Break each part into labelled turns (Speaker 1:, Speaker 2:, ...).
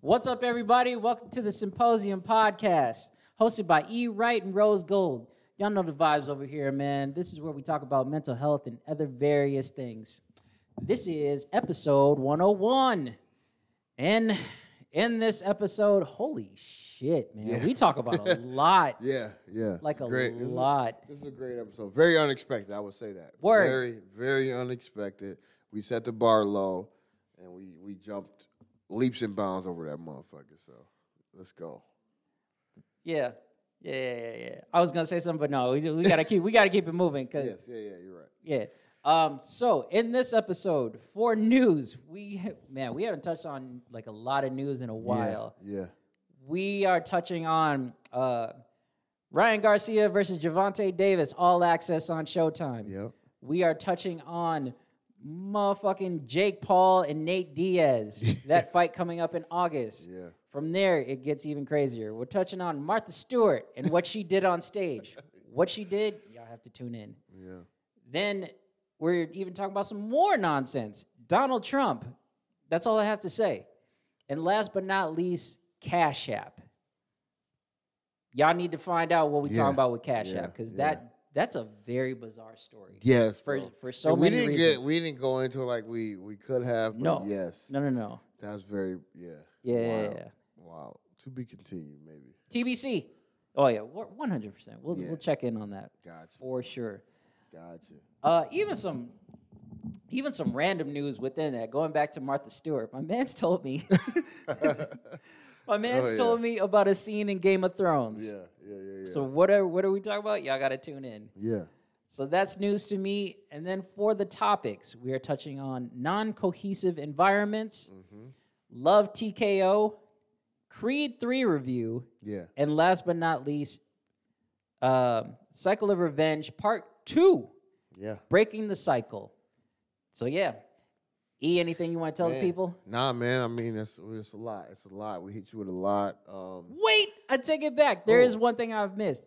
Speaker 1: What's up, everybody? Welcome to the Symposium Podcast, hosted by E. Wright and Rose Gold. Y'all know the vibes over here, man. This is where we talk about mental health and other various things. This is episode 101. And in this episode, holy shit, man.
Speaker 2: Yeah.
Speaker 1: We talk about a lot.
Speaker 2: Yeah, yeah.
Speaker 1: Like
Speaker 2: It's
Speaker 1: a
Speaker 2: This is-
Speaker 1: lot.
Speaker 2: This is, a great episode. Very unexpected, I would say that.
Speaker 1: Word.
Speaker 2: Very, very unexpected. We set the bar low and we we jumped leaps and bounds over that motherfucker. So let's go.
Speaker 1: Yeah. Yeah, yeah, yeah, yeah. I was gonna say something, but no, we, we gotta keep we gotta keep it moving because
Speaker 2: Yes, yeah, yeah, you're right.
Speaker 1: Yeah. Um, so in this episode for news, we man, we haven't touched on like a lot of news in a while.
Speaker 2: Yeah.
Speaker 1: We are touching on uh, Ryan Garcia versus Javante Davis, all access on Showtime.
Speaker 2: Yep.
Speaker 1: We are touching on motherfucking Jake Paul and Nate Diaz, that fight coming up in August.
Speaker 2: Yeah.
Speaker 1: From there, it gets even crazier. We're touching on Martha Stewart and what she did on stage. What she did, y'all have to tune in.
Speaker 2: Yeah.
Speaker 1: Then we're even talking about some more nonsense. Donald Trump. That's all I have to say. And last but not least, Cash App. Y'all need to find out what we
Speaker 2: Yeah,
Speaker 1: talking about with Cash
Speaker 2: yeah,
Speaker 1: App because
Speaker 2: yeah.
Speaker 1: that that's a very bizarre story.
Speaker 2: Yes.
Speaker 1: For
Speaker 2: bro.
Speaker 1: for so
Speaker 2: And we
Speaker 1: many
Speaker 2: didn't
Speaker 1: reasons.
Speaker 2: get we didn't go into it like we we could have, but
Speaker 1: No.
Speaker 2: yes.
Speaker 1: no, no, no.
Speaker 2: That's very yeah.
Speaker 1: Yeah,
Speaker 2: Wow.
Speaker 1: yeah, yeah.
Speaker 2: Wow. To be continued, maybe.
Speaker 1: TBC. Oh yeah, one hundred percent. We'll
Speaker 2: Yeah.
Speaker 1: we'll check in on that
Speaker 2: Gotcha.
Speaker 1: for sure.
Speaker 2: Gotcha.
Speaker 1: Uh, even some, even some random news within that. Going back to Martha Stewart, my man's told me. my man's
Speaker 2: Oh, yeah.
Speaker 1: told me about a scene in Game of Thrones.
Speaker 2: Yeah, yeah, yeah, yeah.
Speaker 1: So what are what are we talking about? Y'all gotta tune in.
Speaker 2: yeah.
Speaker 1: So that's news to me. And then for the topics, we are touching on non-cohesive environments,
Speaker 2: Mm-hmm.
Speaker 1: love TKO, Creed three review,
Speaker 2: Yeah.
Speaker 1: and last but not least, um, Cycle of Revenge Part Two
Speaker 2: Yeah.
Speaker 1: breaking the cycle. So yeah, E, anything you want to tell the
Speaker 2: Man.
Speaker 1: people?
Speaker 2: Nah, man. I mean, it's it's a lot. It's a lot. We hit you with a lot. Um,
Speaker 1: Wait, I take it back. There is
Speaker 2: Oh.
Speaker 1: one thing I've missed.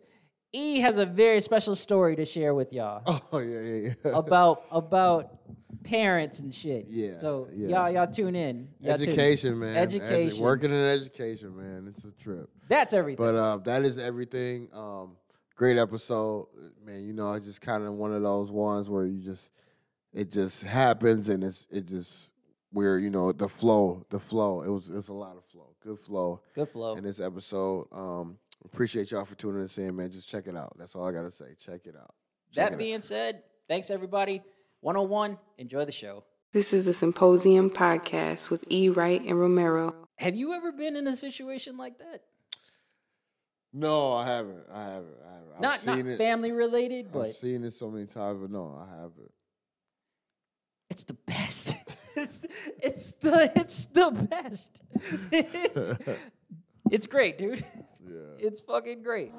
Speaker 1: E has a very special story to share with y'all
Speaker 2: oh yeah, yeah, yeah.
Speaker 1: about about parents and shit.
Speaker 2: Yeah,
Speaker 1: So
Speaker 2: yeah.
Speaker 1: y'all y'all tune in. Y'all tune in.
Speaker 2: education, man. Edu-
Speaker 1: Education.
Speaker 2: working in education, man. It's a trip.
Speaker 1: That's everything.
Speaker 2: But uh, that is everything. Um, great episode, man. You know, it's just kind of one of those ones where you just it just happens, and it's it just where you know the flow, the flow. It was it's a lot of flow, good flow.
Speaker 1: Good flow.
Speaker 2: in this episode. Um, appreciate y'all for tuning us in, man. Just check it out. That's all I gotta say. Check it out. Check it
Speaker 1: That being said, thanks everybody. 101, enjoy the show.
Speaker 3: This is a symposium podcast with E. Wright and Romero.
Speaker 1: Have you ever been in a situation like that?
Speaker 2: out. no, I haven't. I haven't. I haven't. I've
Speaker 1: not not
Speaker 2: seen it.
Speaker 1: family related, but
Speaker 2: I've seen it so many times, but no, I haven't.
Speaker 1: It's the best. it's it's the it's the best. It's it's great, dude.
Speaker 2: Yeah.
Speaker 1: It's fucking great.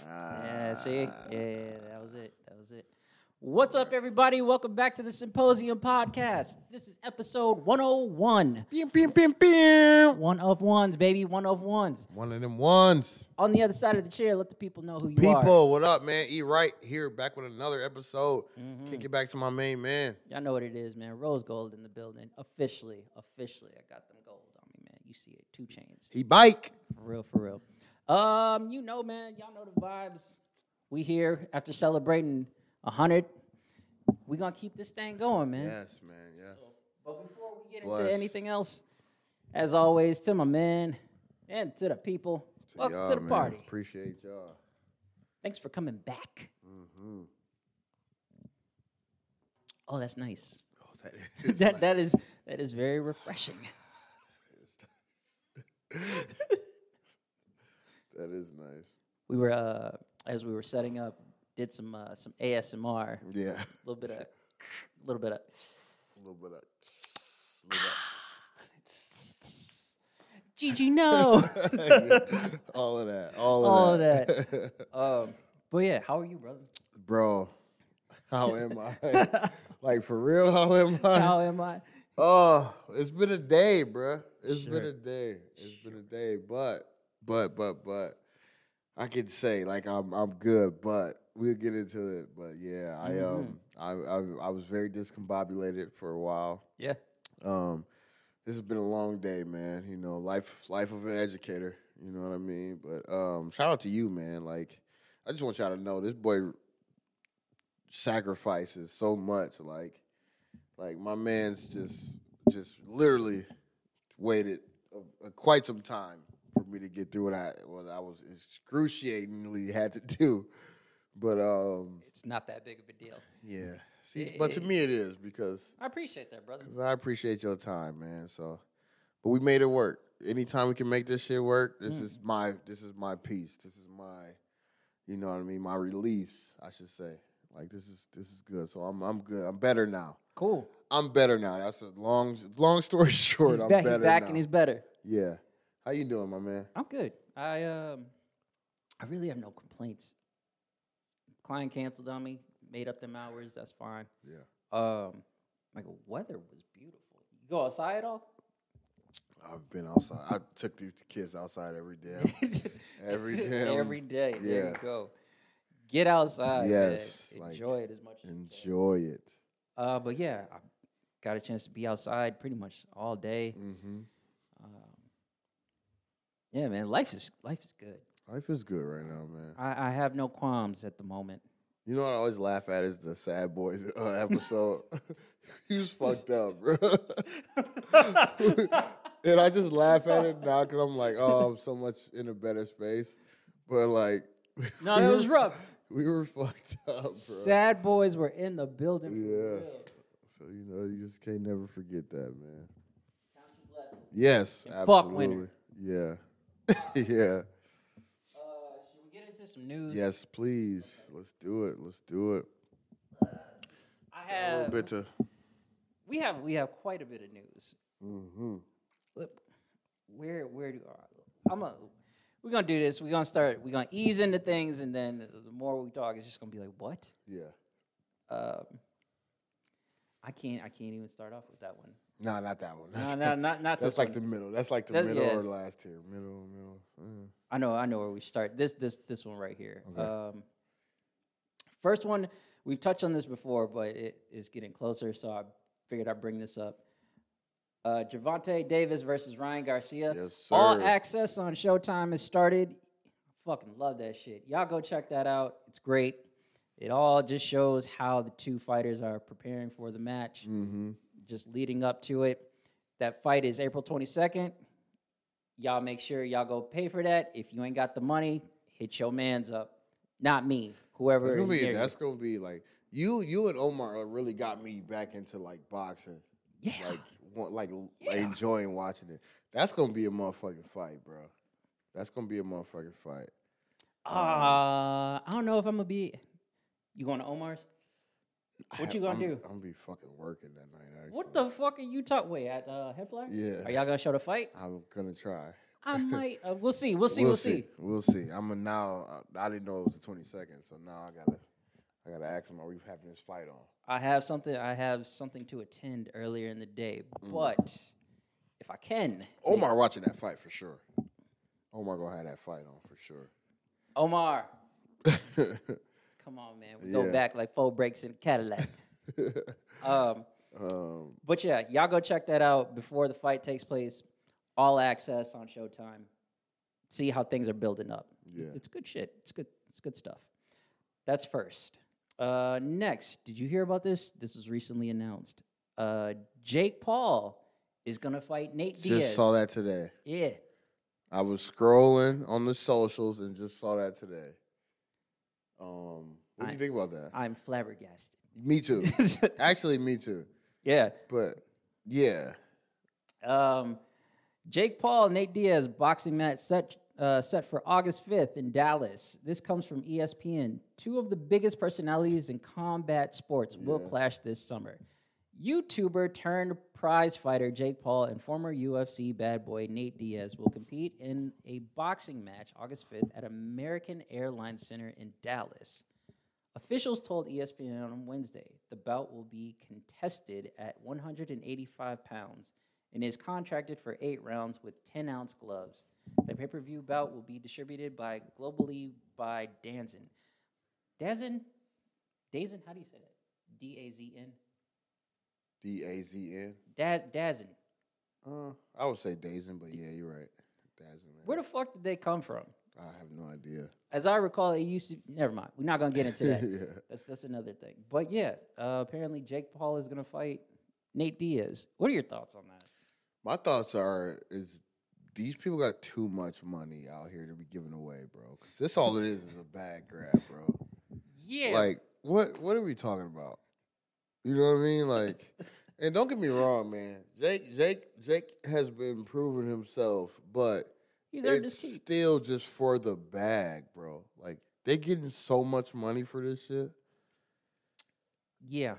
Speaker 1: Yeah, see? Yeah, that was it. That was it. What's up, everybody? Welcome back to the Symposium Podcast. This is episode 101.
Speaker 2: Pew, pew, pew, pew.
Speaker 1: One of ones, baby. One of ones.
Speaker 2: One of them ones.
Speaker 1: On the other side of the chair, let the people know who you are.
Speaker 2: People, what up, man? E right here, back with another episode.
Speaker 1: Mm-hmm.
Speaker 2: Kick it back to my main man.
Speaker 1: Y'all know what it is, man. Rose gold in the building. Officially, officially, I got them gold on me, man. You see it. Two chains.
Speaker 2: He bike.
Speaker 1: For real, for real. Um, you know, man, y'all know the vibes. We here after celebrating a hundred. We gonna keep this thing going, man.
Speaker 2: Yes, man. Yes.
Speaker 1: But before we get
Speaker 2: Bless.
Speaker 1: into anything else, as always, to my man and to the people,
Speaker 2: To
Speaker 1: welcome
Speaker 2: y'all,
Speaker 1: to the
Speaker 2: man.
Speaker 1: party.
Speaker 2: Appreciate y'all.
Speaker 1: Thanks for coming back.
Speaker 2: Mm-hmm.
Speaker 1: Oh, that's nice.
Speaker 2: Oh, that is
Speaker 1: that that is that is very refreshing.
Speaker 2: that is nice.
Speaker 1: We were uh, as we were setting up, did some uh, some ASMR, a
Speaker 2: Yeah.
Speaker 1: little bit of, a little bit of.
Speaker 2: A little bit of. little bit of-
Speaker 1: Gigi, no.
Speaker 2: all of that. All of
Speaker 1: All of
Speaker 2: that.
Speaker 1: um, but yeah, how are you, brother?
Speaker 2: Bro, How am I? like for real? How am I?
Speaker 1: How am I?
Speaker 2: Oh, it's been a day, bruh. It's been
Speaker 1: Sure.
Speaker 2: a day. It's been a day. But, but, but, but, I can say like I'm I'm good. But we'll get into it. But yeah, I
Speaker 1: Mm-hmm.
Speaker 2: um I, I I was very discombobulated for a while.
Speaker 1: Yeah.
Speaker 2: Um, this has been a long day, man. You know, life life of an educator. You know what I mean? But um, shout out to you, man. Like, I just want y'all to know this boy sacrifices so much. Like, like my man's just just literally waited a, a- quite some time for me to get through what I what I was excruciatingly had to do. But um,
Speaker 1: It's not that big of a deal.
Speaker 2: yeah. See, but to me it is because.
Speaker 1: I appreciate that, brother.
Speaker 2: I appreciate your time, man. So, but we made it work. Anytime we can make this shit work,
Speaker 1: Mm.
Speaker 2: this is my this is my piece. This is my, you know what I mean, my release. I should say. Like this is this is good. So I'm I'm good. I'm better now.
Speaker 1: Cool.
Speaker 2: I'm better now. That's a long long story short.
Speaker 1: He's
Speaker 2: I'm
Speaker 1: back, he's
Speaker 2: better
Speaker 1: back
Speaker 2: now.
Speaker 1: and he's better.
Speaker 2: yeah. How you doing, my man?
Speaker 1: I'm good. I um, I really have no complaints. Client canceled on me. Made up them hours. That's fine.
Speaker 2: Yeah.
Speaker 1: Um, like weather was beautiful. You go outside at all?
Speaker 2: I've been outside. I took these kids outside every damn every damn
Speaker 1: Every day. There you
Speaker 2: yeah.
Speaker 1: go. Get outside.
Speaker 2: Yes,
Speaker 1: Man.
Speaker 2: like,
Speaker 1: Enjoy it as much as you can.
Speaker 2: Enjoy it.
Speaker 1: Uh, but yeah, I got a chance to be outside pretty much all day.
Speaker 2: hmm
Speaker 1: Yeah, man. Life is life is good.
Speaker 2: Life is good right now, man.
Speaker 1: I, I have no qualms at the moment.
Speaker 2: You know what I always laugh at is the Sad Boys uh, episode. he was fucked up, bro. and I just laugh at it now because I'm like, oh, I'm so much in a better space. But like,
Speaker 1: No,
Speaker 2: we
Speaker 1: that
Speaker 2: were
Speaker 1: was
Speaker 2: f-
Speaker 1: rough.
Speaker 2: We were fucked up, bro.
Speaker 1: Sad boys were in the building. for
Speaker 2: Yeah.
Speaker 1: real.
Speaker 2: So you know, you just can't never forget that, man. Yes,
Speaker 1: fuck
Speaker 2: absolutely.
Speaker 1: winner.
Speaker 2: yeah, yeah.
Speaker 1: Uh, should we get into some news?
Speaker 2: Yes, please. Let's do it. Let's do it.
Speaker 1: I
Speaker 2: A little
Speaker 1: have.
Speaker 2: bit to.
Speaker 1: We have we have quite a bit of news.
Speaker 2: hmm
Speaker 1: Let- Where where do uh, I'm a. We're gonna do this. We're gonna start. We're gonna ease into things, and then the more we talk, it's just gonna be like, what?
Speaker 2: Yeah.
Speaker 1: Um, I can't. I can't even start off with that one.
Speaker 2: No, not that one.
Speaker 1: No, no, not not
Speaker 2: That's
Speaker 1: this
Speaker 2: like
Speaker 1: one.
Speaker 2: the middle. That's like the
Speaker 1: That-
Speaker 2: middle
Speaker 1: yeah. Uh,
Speaker 2: or last tier. Middle, middle. Mm.
Speaker 1: I know, I know where we start. This, this, this one right here.
Speaker 2: Okay.
Speaker 1: Um, first one, we've touched on this before, but it is getting closer, so I figured I'd bring this up. Uh, Javante Davis versus Ryan Garcia.
Speaker 2: Yes,
Speaker 1: All
Speaker 2: sir.
Speaker 1: access on Showtime has started. Fucking love that shit. Y'all go check that out. It's great. It all just shows how the two fighters are preparing for the match
Speaker 2: Mm-hmm.
Speaker 1: just leading up to it. That fight is April 22nd. Y'all make sure y'all go pay for that. If you ain't got the money, hit your man's up. Not me, whoever
Speaker 2: That's
Speaker 1: is
Speaker 2: gonna be.
Speaker 1: near
Speaker 2: That's gonna be like you. You and Omar really got me back into like boxing.
Speaker 1: you. Yeah.
Speaker 2: Like, want, like
Speaker 1: Yeah.
Speaker 2: enjoying watching it. That's gonna be a motherfucking fight, bro. That's gonna be a motherfucking fight.
Speaker 1: uh, I don't know if I'm gonna be. You going to Omar's?
Speaker 2: I
Speaker 1: What
Speaker 2: ha-
Speaker 1: you gonna
Speaker 2: I'm-
Speaker 1: do?
Speaker 2: I'm gonna be fucking working that night. Actually.
Speaker 1: What the fuck are you talking? Wait, at uh, Headflyer?
Speaker 2: Yeah.
Speaker 1: Are y'all gonna show the fight?
Speaker 2: I'm gonna try.
Speaker 1: I might. Uh, we'll see. We'll see. We'll, see.
Speaker 2: We'll see. I'm a now. I, I didn't know it was the 22nd, so now I gotta. I gotta ask him. Are we having this fight on?
Speaker 1: I have something. I have something to attend earlier in the day,
Speaker 2: Mm.
Speaker 1: but if I can,
Speaker 2: Omar watching that fight for sure. Omar gonna have that fight on for sure.
Speaker 1: Omar, Come on, man. We go
Speaker 2: Yeah.
Speaker 1: back like four breaks in a Cadillac. um,
Speaker 2: um,
Speaker 1: but yeah, y'all go check that out before the fight takes place. All access on Showtime. See how things are building up. It's-
Speaker 2: Yeah.
Speaker 1: It's good shit. It's good. It's good stuff. That's first. Uh, next, did you hear about this? This was recently announced. Uh, Jake Paul is gonna fight Nate Diaz.
Speaker 2: just saw that today.
Speaker 1: Yeah,
Speaker 2: I was scrolling on the socials and just saw that today. Um, what do
Speaker 1: I-
Speaker 2: you think about that?
Speaker 1: I'm flabbergasted.
Speaker 2: me too. Actually, me too.
Speaker 1: yeah,
Speaker 2: But yeah,
Speaker 1: Um, Jake Paul, and Nate Diaz boxing match set uh, set for August fifth in Dallas. This comes from E ESPN. Two of the biggest personalities in combat sports will clash this summer. YouTuber turned prize fighter Jake Paul and former UFC bad boy Nate Diaz will compete in a boxing match August 5th at American Airlines Center in Dallas. A Officials told E ESPN on Wednesday the bout will be contested at 185 pounds and is contracted for eight rounds with 10 ounce gloves. The pay per view bout will be distributed by globally by Danzin. Danzin? Dazin? How do you say that? D A Z N?
Speaker 2: D A Z N.
Speaker 1: Da- Dazin.
Speaker 2: Uh, I would say Dazen, but yeah, you're right. Dazen, man.
Speaker 1: Where the fuck did they come from?
Speaker 2: I have no idea.
Speaker 1: As I recall, it used to. Never mind. We're not going to get into that.
Speaker 2: yeah.
Speaker 1: That's that's another thing. But yeah, uh, apparently Jake Paul is going to fight Nate Diaz. What are your thoughts on that?
Speaker 2: My thoughts are is these people got too much money out here to be giving away, bro. Cause this all it is is a bad grab, bro.
Speaker 1: Yeah,
Speaker 2: Like what what are we talking about? You know what I mean? Like and don't get me wrong, man. Jake Jake Jake has been proving himself, but
Speaker 1: he's earned his
Speaker 2: it's
Speaker 1: keep.
Speaker 2: still just for the bag, bro. Like they getting so much money for this shit.
Speaker 1: Yeah,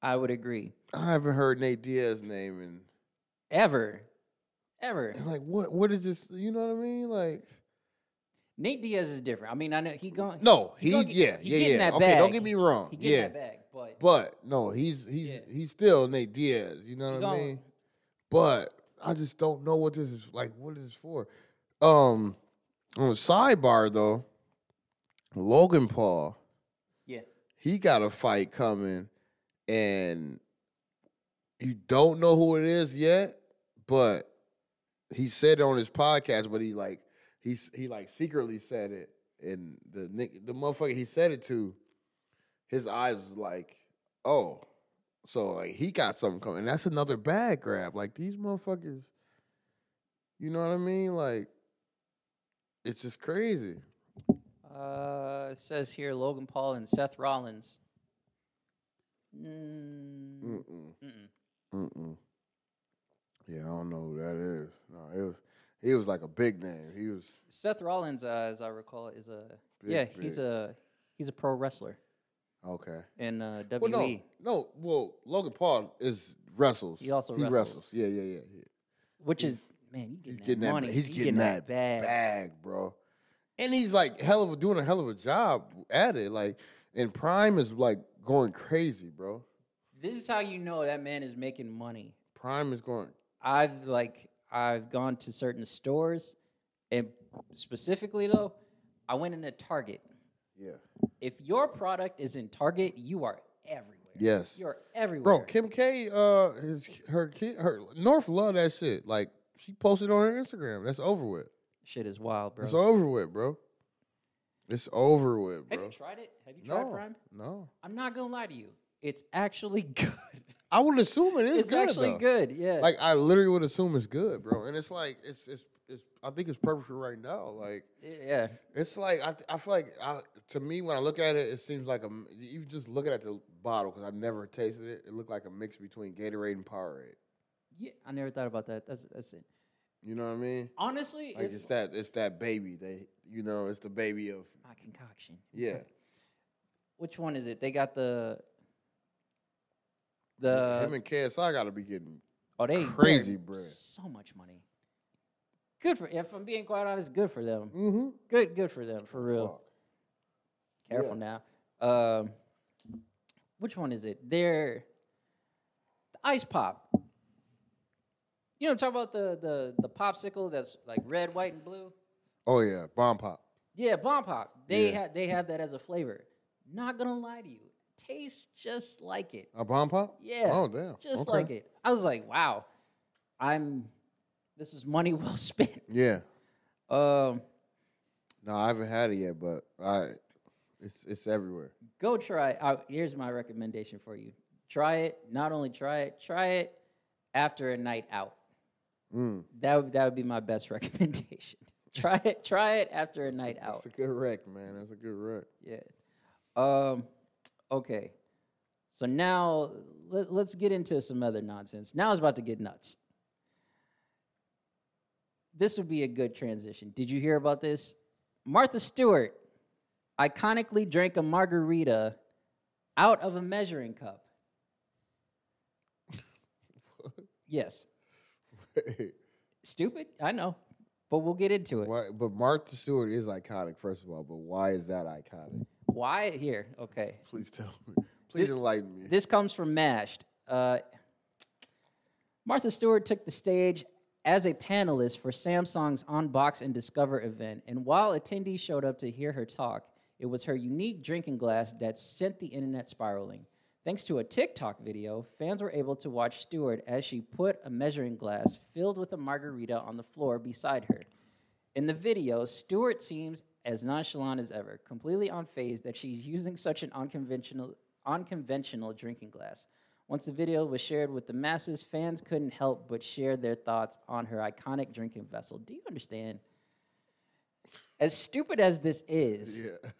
Speaker 1: I would agree.
Speaker 2: I haven't heard Nate Diaz name in
Speaker 1: Ever, ever.
Speaker 2: and like what what is this you know what I mean? Like
Speaker 1: Nate Diaz is different. I mean, I know he going.
Speaker 2: No,
Speaker 1: he
Speaker 2: he,
Speaker 1: gonna get-
Speaker 2: yeah,
Speaker 1: he
Speaker 2: yeah,
Speaker 1: getting
Speaker 2: yeah.
Speaker 1: that
Speaker 2: okay,
Speaker 1: bag.
Speaker 2: don't get me wrong.
Speaker 1: he getting
Speaker 2: yeah.
Speaker 1: that bag, but,
Speaker 2: But no, he's he's
Speaker 1: Yeah.
Speaker 2: he's still Nate Diaz, you
Speaker 1: he
Speaker 2: know what I
Speaker 1: gonna-
Speaker 2: mean? But I just don't know what this is like what is this for. Um on the sidebar though, Logan Paul,
Speaker 1: yeah,
Speaker 2: he got a fight coming and you don't know who it is yet, but he said on his podcast, but he like he s- he like secretly said it, and the nick the motherfucker he said it to, his eyes was like, oh, so like he got something coming. And that's another bad grab. Like these motherfuckers, you know what I mean? Like it's just crazy.
Speaker 1: Uh, it says here Logan Paul and Seth Rollins. Mm,
Speaker 2: Mm-mm,
Speaker 1: mm-mm.
Speaker 2: mm-mm. Yeah, I don't know who that is. No, it was he was like a big name. He was
Speaker 1: Seth Rollins, uh, as I recall, is a
Speaker 2: Big,
Speaker 1: yeah. He's
Speaker 2: big.
Speaker 1: a he's a pro wrestler
Speaker 2: okay.
Speaker 1: in uh, WWE.
Speaker 2: Well, no, no. Well, Logan Paul is wrestles.
Speaker 1: He also
Speaker 2: he
Speaker 1: wrestles.
Speaker 2: wrestles. Yeah, yeah, yeah. yeah.
Speaker 1: Which
Speaker 2: He's-
Speaker 1: is man, you
Speaker 2: He's
Speaker 1: getting,
Speaker 2: getting
Speaker 1: that,
Speaker 2: that.
Speaker 1: money.
Speaker 2: He's
Speaker 1: you
Speaker 2: getting, that
Speaker 1: bag.
Speaker 2: bag. bro. And he's like hell of a, doing a hell of a job at it. Like, and Prime is like going crazy, bro.
Speaker 1: This is how you know that man is making money.
Speaker 2: Prime is going.
Speaker 1: I've like I've gone to certain stores, and specifically though, I went into Target.
Speaker 2: Yeah.
Speaker 1: If your product is in Target, you are everywhere.
Speaker 2: Yes.
Speaker 1: you're everywhere.
Speaker 2: Bro, Kim K, uh, his her kid, her North love that shit. Like, she posted on her Instagram. That's over with.
Speaker 1: shit is wild, bro.
Speaker 2: It's over with, bro. It's over with,
Speaker 1: Have
Speaker 2: bro.
Speaker 1: you tried it? Have you tried
Speaker 2: no,
Speaker 1: Prime?
Speaker 2: no.
Speaker 1: I'm not gonna lie to you. It's actually good.
Speaker 2: I would assume it is
Speaker 1: It's,
Speaker 2: good,
Speaker 1: actually
Speaker 2: though.
Speaker 1: good. Yeah.
Speaker 2: Like I literally would assume it's good, bro. And it's like it's it's it's. I think it's perfect for right now. Like
Speaker 1: yeah.
Speaker 2: it's like I I feel like I, to me when I look at it, it seems like a m- even just looking at the bottle because I've never tasted it. It looked like a mix between Gatorade and Powerade.
Speaker 1: Yeah. I never thought about that. That's that's it.
Speaker 2: You know what I mean?
Speaker 1: Honestly,
Speaker 2: Like it's,
Speaker 1: it's
Speaker 2: that it's that baby. They you know it's the baby of
Speaker 1: my concoction.
Speaker 2: yeah.
Speaker 1: Which one is it? They got the the
Speaker 2: Him and KSI got to be getting
Speaker 1: oh they they're
Speaker 2: crazy bread.
Speaker 1: So much money. Good for if I'm being quite honest, good for them.
Speaker 2: mm-hmm.
Speaker 1: Good good for them for real. Careful now. Um, which one is it? They're the ice pop. You know, talk about the the the popsicle that's like red, white, and blue.
Speaker 2: Oh yeah, bomb pop.
Speaker 1: Yeah, bomb pop. They
Speaker 2: Yeah.
Speaker 1: ha- they have that as a flavor. Not gonna lie to you, tastes just like it.
Speaker 2: A bomb pop?
Speaker 1: Yeah.
Speaker 2: Oh damn.
Speaker 1: Just
Speaker 2: Okay.
Speaker 1: like it. I was like, wow, I'm. This is money well spent.
Speaker 2: Yeah.
Speaker 1: Um,
Speaker 2: No, I haven't had it yet, but I it's it's everywhere.
Speaker 1: go try it out. Here's my recommendation for you. Try it. Not only try it, try it after a night out.
Speaker 2: Mm.
Speaker 1: That would that would be my best recommendation. try it. Try it after a night out.
Speaker 2: That's a good wreck, man. That's a good wreck.
Speaker 1: Yeah. Um. Okay. So now let, let's get into some other nonsense. Now it's about to get nuts. This would be a good transition. Did you hear about this? Martha Stewart iconically drank a margarita out of a measuring cup. Yes. Stupid? I know. But we'll get into it.
Speaker 2: why, but Martha Stewart is iconic, first of all. But why is that iconic?
Speaker 1: quiet here. Okay.
Speaker 2: Please tell me. Please enlighten me.
Speaker 1: This comes from Mashed. Uh, Martha Stewart took the stage as a panelist for Samsung's Unbox and Discover event, and while attendees showed up to hear her talk, it was her unique drinking glass that sent the internet spiraling. Thanks to a TikTok video, fans were able to watch Stewart as she put a measuring glass filled with a margarita on the floor beside her. In the video, Stewart seems as nonchalant as ever, completely unfazed that she's using such an unconventional, unconventional drinking glass. Once the video was shared with the masses, fans couldn't help but share their thoughts on her iconic drinking vessel. Do you understand? As stupid as this is,
Speaker 2: Yeah.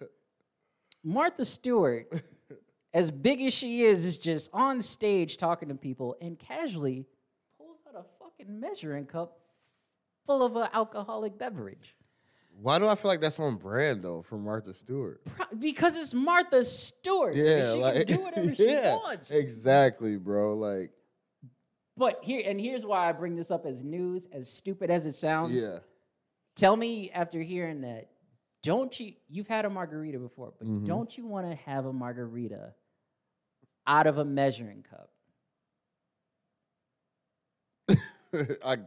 Speaker 1: Martha Stewart, as big as she is, is just on stage talking to people and casually pulls out a fucking measuring cup full of an alcoholic beverage.
Speaker 2: Why do I feel like that's on brand though from Martha Stewart?
Speaker 1: Pro- Because it's Martha Stewart. Like,
Speaker 2: Yeah,
Speaker 1: she
Speaker 2: like
Speaker 1: can do whatever
Speaker 2: yeah,
Speaker 1: she wants.
Speaker 2: Exactly, bro. Like
Speaker 1: But here, and here's why I bring this up as news, as stupid as it sounds.
Speaker 2: yeah.
Speaker 1: Tell me after hearing that, don't you? You've had a margarita before, but
Speaker 2: Mhm.
Speaker 1: don't you want to have a margarita out of a measuring cup?
Speaker 2: I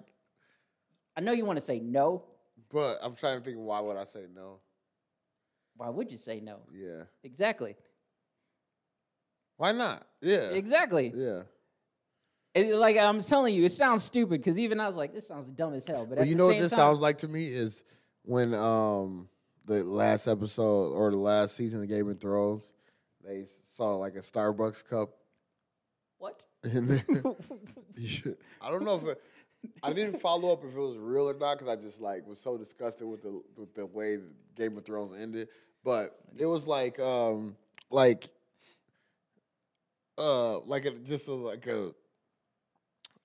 Speaker 1: I know you want to say no.
Speaker 2: but I'm trying to think why would I say no?
Speaker 1: Why would you say no?
Speaker 2: Yeah.
Speaker 1: Exactly.
Speaker 2: Why not? Yeah.
Speaker 1: Exactly.
Speaker 2: Yeah.
Speaker 1: It- like I'm telling you, it sounds stupid because even I was like, this sounds dumb as hell. But,
Speaker 2: But
Speaker 1: at
Speaker 2: you
Speaker 1: the
Speaker 2: know what
Speaker 1: same
Speaker 2: this
Speaker 1: time,
Speaker 2: sounds like to me is when um the last episode or the last season of Game of Thrones, they saw like a Starbucks cup
Speaker 1: What?
Speaker 2: in there. I don't know if it, I didn't follow up if it was real or not because I just like was so disgusted with the with the way Game of Thrones ended. But it was like um like uh like it just was like a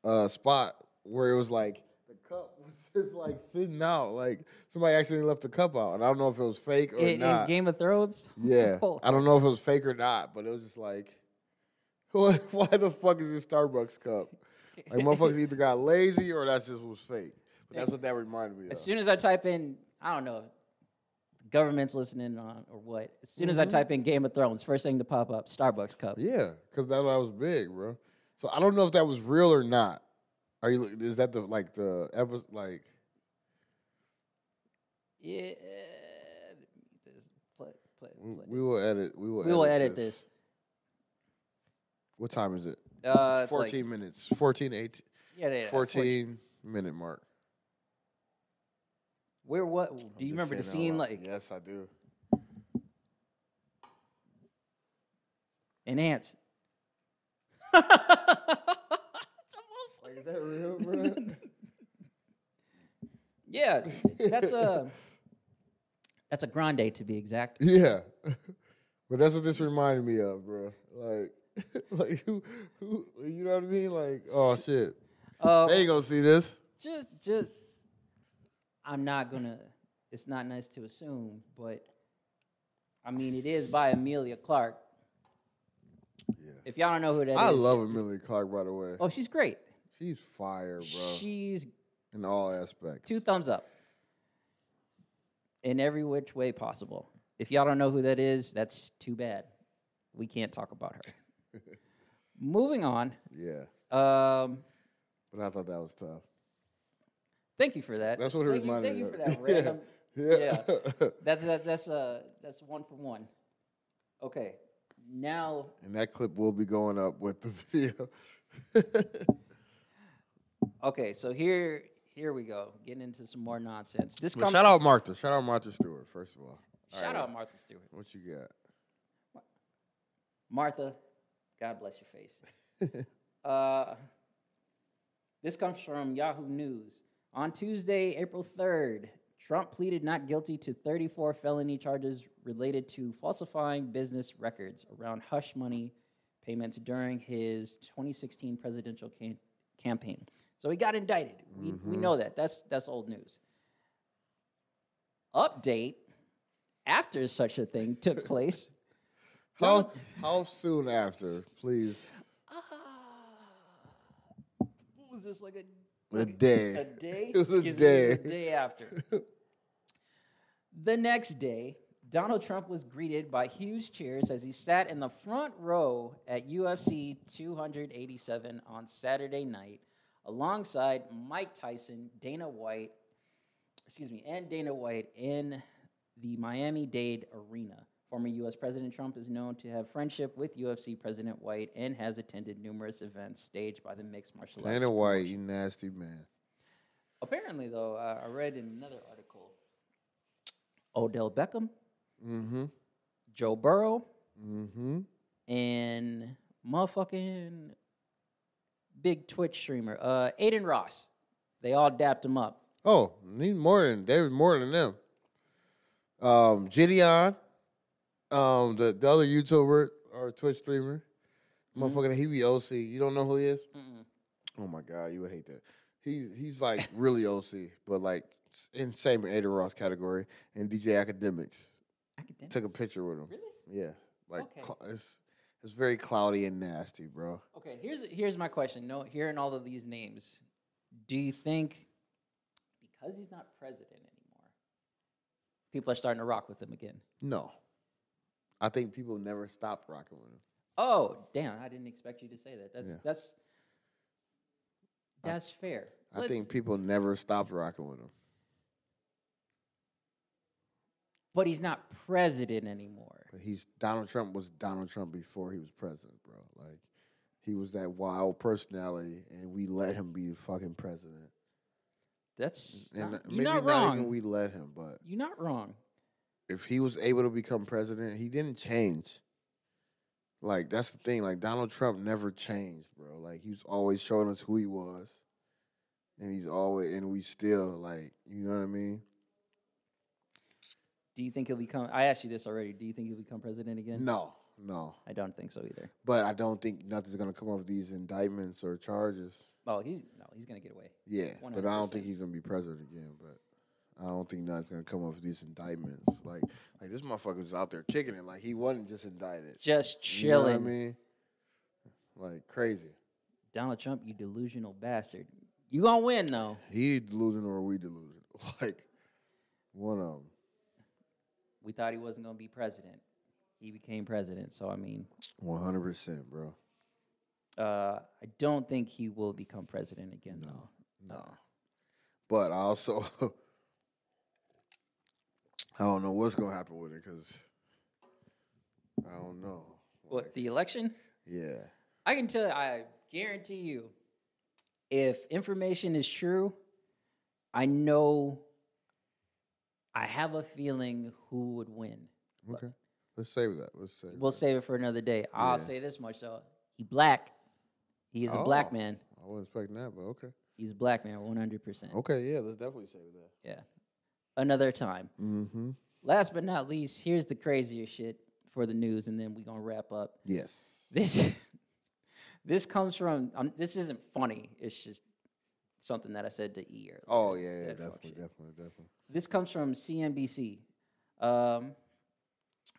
Speaker 2: uh spot where it was like the cup was just like sitting out like somebody accidentally left the cup out and I don't know if it was fake or
Speaker 1: in, in
Speaker 2: not.
Speaker 1: Game of Thrones?
Speaker 2: Yeah.
Speaker 1: Oh.
Speaker 2: I don't know if it was fake or not, but it was just like, what, why the fuck is this Starbucks cup? Like, motherfuckers either got lazy or that's just was fake. But that's what that reminded me of.
Speaker 1: As soon as I type in, I don't know if the government's listening on or what. As soon as I type in Game of Thrones, first thing to pop up, Starbucks cup.
Speaker 2: Mm-hmm. yeah, because that was big, bro. So I don't know if that was real or not. Are you? Is that the like the episode? Like,
Speaker 1: Yeah. this- Play, play,
Speaker 2: we,
Speaker 1: play.
Speaker 2: we will Mm, edit. We will.
Speaker 1: We will edit this.
Speaker 2: What time is it?
Speaker 1: Uh, it's like-
Speaker 2: Fourteen minutes. 14, 18,
Speaker 1: yeah, yeah, yeah,
Speaker 2: 14 minute mark.
Speaker 1: Where what? Do you
Speaker 2: I'm
Speaker 1: remember the
Speaker 2: just saying
Speaker 1: scene?
Speaker 2: out loud.
Speaker 1: Like
Speaker 2: yes, I do.
Speaker 1: and ants. It's a motherfucker.
Speaker 2: Like, is that real, bro?
Speaker 1: yeah, that's a that's a grande to be exact.
Speaker 2: Yeah. But that's what this reminded me of, bro. Like, like who, who, you know what I mean? Like, oh shit,
Speaker 1: Uh,
Speaker 2: they ain't gonna see this.
Speaker 1: just just I'm not gonna it's not nice to assume, but I mean it is by Amelia Clark.
Speaker 2: Yeah.
Speaker 1: If y'all don't know who that is,
Speaker 2: I love Amelia Clark, by the way.
Speaker 1: oh she's great.
Speaker 2: She's fire, bro,
Speaker 1: She's
Speaker 2: in all aspects.
Speaker 1: two thumbs up. In every which way possible. If y'all don't know who that is, that's too bad. We can't talk about her. Moving on.
Speaker 2: Yeah,
Speaker 1: Um,
Speaker 2: but I thought that was tough.
Speaker 1: thank you for that.
Speaker 2: That's what it
Speaker 1: thank
Speaker 2: reminded
Speaker 1: you,
Speaker 2: me
Speaker 1: thank
Speaker 2: of.
Speaker 1: you for that random
Speaker 2: Yeah.
Speaker 1: That's that, that's uh that's one for one. Okay, now
Speaker 2: and that clip will be going up with the video.
Speaker 1: okay, so here here we go, getting into some more nonsense. This
Speaker 2: But
Speaker 1: comes
Speaker 2: shout out Martha. Shout out Martha Stewart, first of all.
Speaker 1: shout
Speaker 2: Alright,
Speaker 1: out Martha Stewart.
Speaker 2: What you got?
Speaker 1: Martha, God bless your face. uh, this comes from Yahoo News. On Tuesday, April 3rd, Trump pleaded not guilty to 34 felony charges related to falsifying business records around hush money payments during his 2016 presidential cam- campaign. So he got indicted. We, we know that. That's, that's old news. Update after such a thing took place.
Speaker 2: How how soon after, please?
Speaker 1: Ah. what was this like a
Speaker 2: A day.
Speaker 1: a day?
Speaker 2: It was a
Speaker 1: Excuse me,
Speaker 2: day.
Speaker 1: the day after. the next day, Donald Trump was greeted by huge cheers as he sat in the front row at UFC 287 on Saturday night alongside Mike Tyson, Dana White, excuse me, and Dana White in the Miami Dade Arena. Former U.S. President Trump is known to have friendship with UFC President White and has attended numerous events staged by the mixed martial arts.
Speaker 2: Dana White, you nasty man.
Speaker 1: Apparently, though, uh, I read in another article Odell Beckham,
Speaker 2: Mm-hmm.
Speaker 1: Joe Burrow,
Speaker 2: Mm-hmm.
Speaker 1: and motherfucking big Twitch streamer, uh, Aiden Ross. They all dapped him up.
Speaker 2: Oh, need more than they was more than them. Um, Gideon, um, the, the other YouTuber or Twitch streamer, motherfucker, he be OC. You don't know who he is?
Speaker 1: Mm-hmm. Mm-mm.
Speaker 2: Oh my god, you would hate that. He's he's like really OC, but like s- in same Aiden Ross category and DJ Academics.
Speaker 1: Academic.
Speaker 2: Took a picture with him.
Speaker 1: Really?
Speaker 2: Yeah, like
Speaker 1: Okay.
Speaker 2: cl- it's it's very cloudy and nasty, bro.
Speaker 1: Okay, here's here's my question. No, hearing all of these names, do you think because he's not president anymore, people are starting to rock with him again?
Speaker 2: No, I think people never stop rocking with him.
Speaker 1: Oh, damn! I didn't expect you to say that. That's
Speaker 2: Yeah.
Speaker 1: that's that's fair.
Speaker 2: I
Speaker 1: Let's-
Speaker 2: think people never stopped rocking with him.
Speaker 1: but he's not president anymore.
Speaker 2: But he's Donald Trump was Donald Trump before he was president, bro. Like he was that wild personality, and we let him be the fucking president.
Speaker 1: That's
Speaker 2: And uh,
Speaker 1: not,
Speaker 2: maybe
Speaker 1: you're not wrong.
Speaker 2: even we let him, but
Speaker 1: you're not wrong.
Speaker 2: if he was able to become president, he didn't change. Like that's the thing. Like Donald Trump never changed, bro. Like he was always showing us who he was, and he's always and we still like you know what I mean.
Speaker 1: Do you think he'll become? I asked you this already. Do you think he'll become president again?
Speaker 2: No, no.
Speaker 1: I don't think so either.
Speaker 2: But I don't think nothing's gonna come of these indictments or charges.
Speaker 1: Oh, he's no, he's gonna get away.
Speaker 2: Yeah, but I don't
Speaker 1: 100%.
Speaker 2: think he's gonna be president again. But I don't think nothing's gonna come up with these indictments. Like, like this motherfucker was out there kicking it. Like he wasn't just indicted.
Speaker 1: Just
Speaker 2: You know what
Speaker 1: chilling,
Speaker 2: I mean, like crazy.
Speaker 1: Donald Trump, you delusional bastard. You gonna win though.
Speaker 2: He delusional or we delusional? Like one of them.
Speaker 1: We thought he wasn't gonna be president. He became president. So I mean,
Speaker 2: One hundred percent, bro.
Speaker 1: uh, I don't think he will become president again though.
Speaker 2: No, but I also I don't know what's gonna happen with it because I don't know.
Speaker 1: What the election?
Speaker 2: Yeah,
Speaker 1: I can tell. I guarantee you, if information is true, I know. I have a feeling who would win.
Speaker 2: okay. Let's save that. Let's save.
Speaker 1: We'll
Speaker 2: that.
Speaker 1: save it for another day. I'll
Speaker 2: Yeah.
Speaker 1: say this much though: he black. He is a
Speaker 2: Oh.
Speaker 1: black man.
Speaker 2: I wasn't expecting that, but okay.
Speaker 1: He's a black man, one hundred percent.
Speaker 2: Okay, yeah, let's definitely save that.
Speaker 1: Yeah. Another time.
Speaker 2: Mm-hmm.
Speaker 1: Last but not least, here's the craziest shit for the news, and then we're gonna wrap up.
Speaker 2: Yes.
Speaker 1: This this comes from um, this isn't funny. It's just something that I said to E. earlier.
Speaker 2: Oh yeah, yeah,
Speaker 1: That fuck
Speaker 2: definitely,
Speaker 1: shit.
Speaker 2: definitely, definitely.
Speaker 1: This comes from CNBC. Um,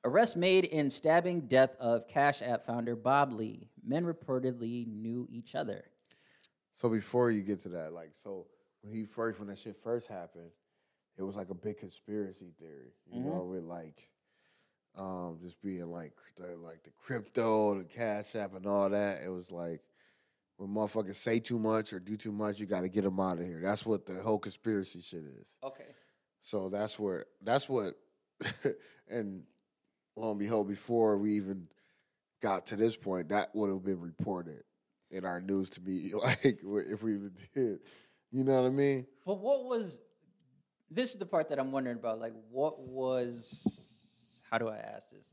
Speaker 1: arrest made in stabbing death of Cash App founder Bob Lee. Men reportedly knew each other.
Speaker 2: So before you get to that, like, so when he first, when that shit first happened, it was like a big conspiracy theory, you
Speaker 1: Mhm.
Speaker 2: know, with like, um, just being like, cr- the, like the crypto, the cash app, and all that. It was like, when motherfuckers say too much or do too much, you got to get them out of here. That's what the whole conspiracy shit is.
Speaker 1: Okay.
Speaker 2: So that's where that's what and lo and behold, before we even got to this point, that would have been reported in our news to be like if we even did. You know what I mean?
Speaker 1: But what was this is the part that I'm wondering about. Like what was how do I ask this?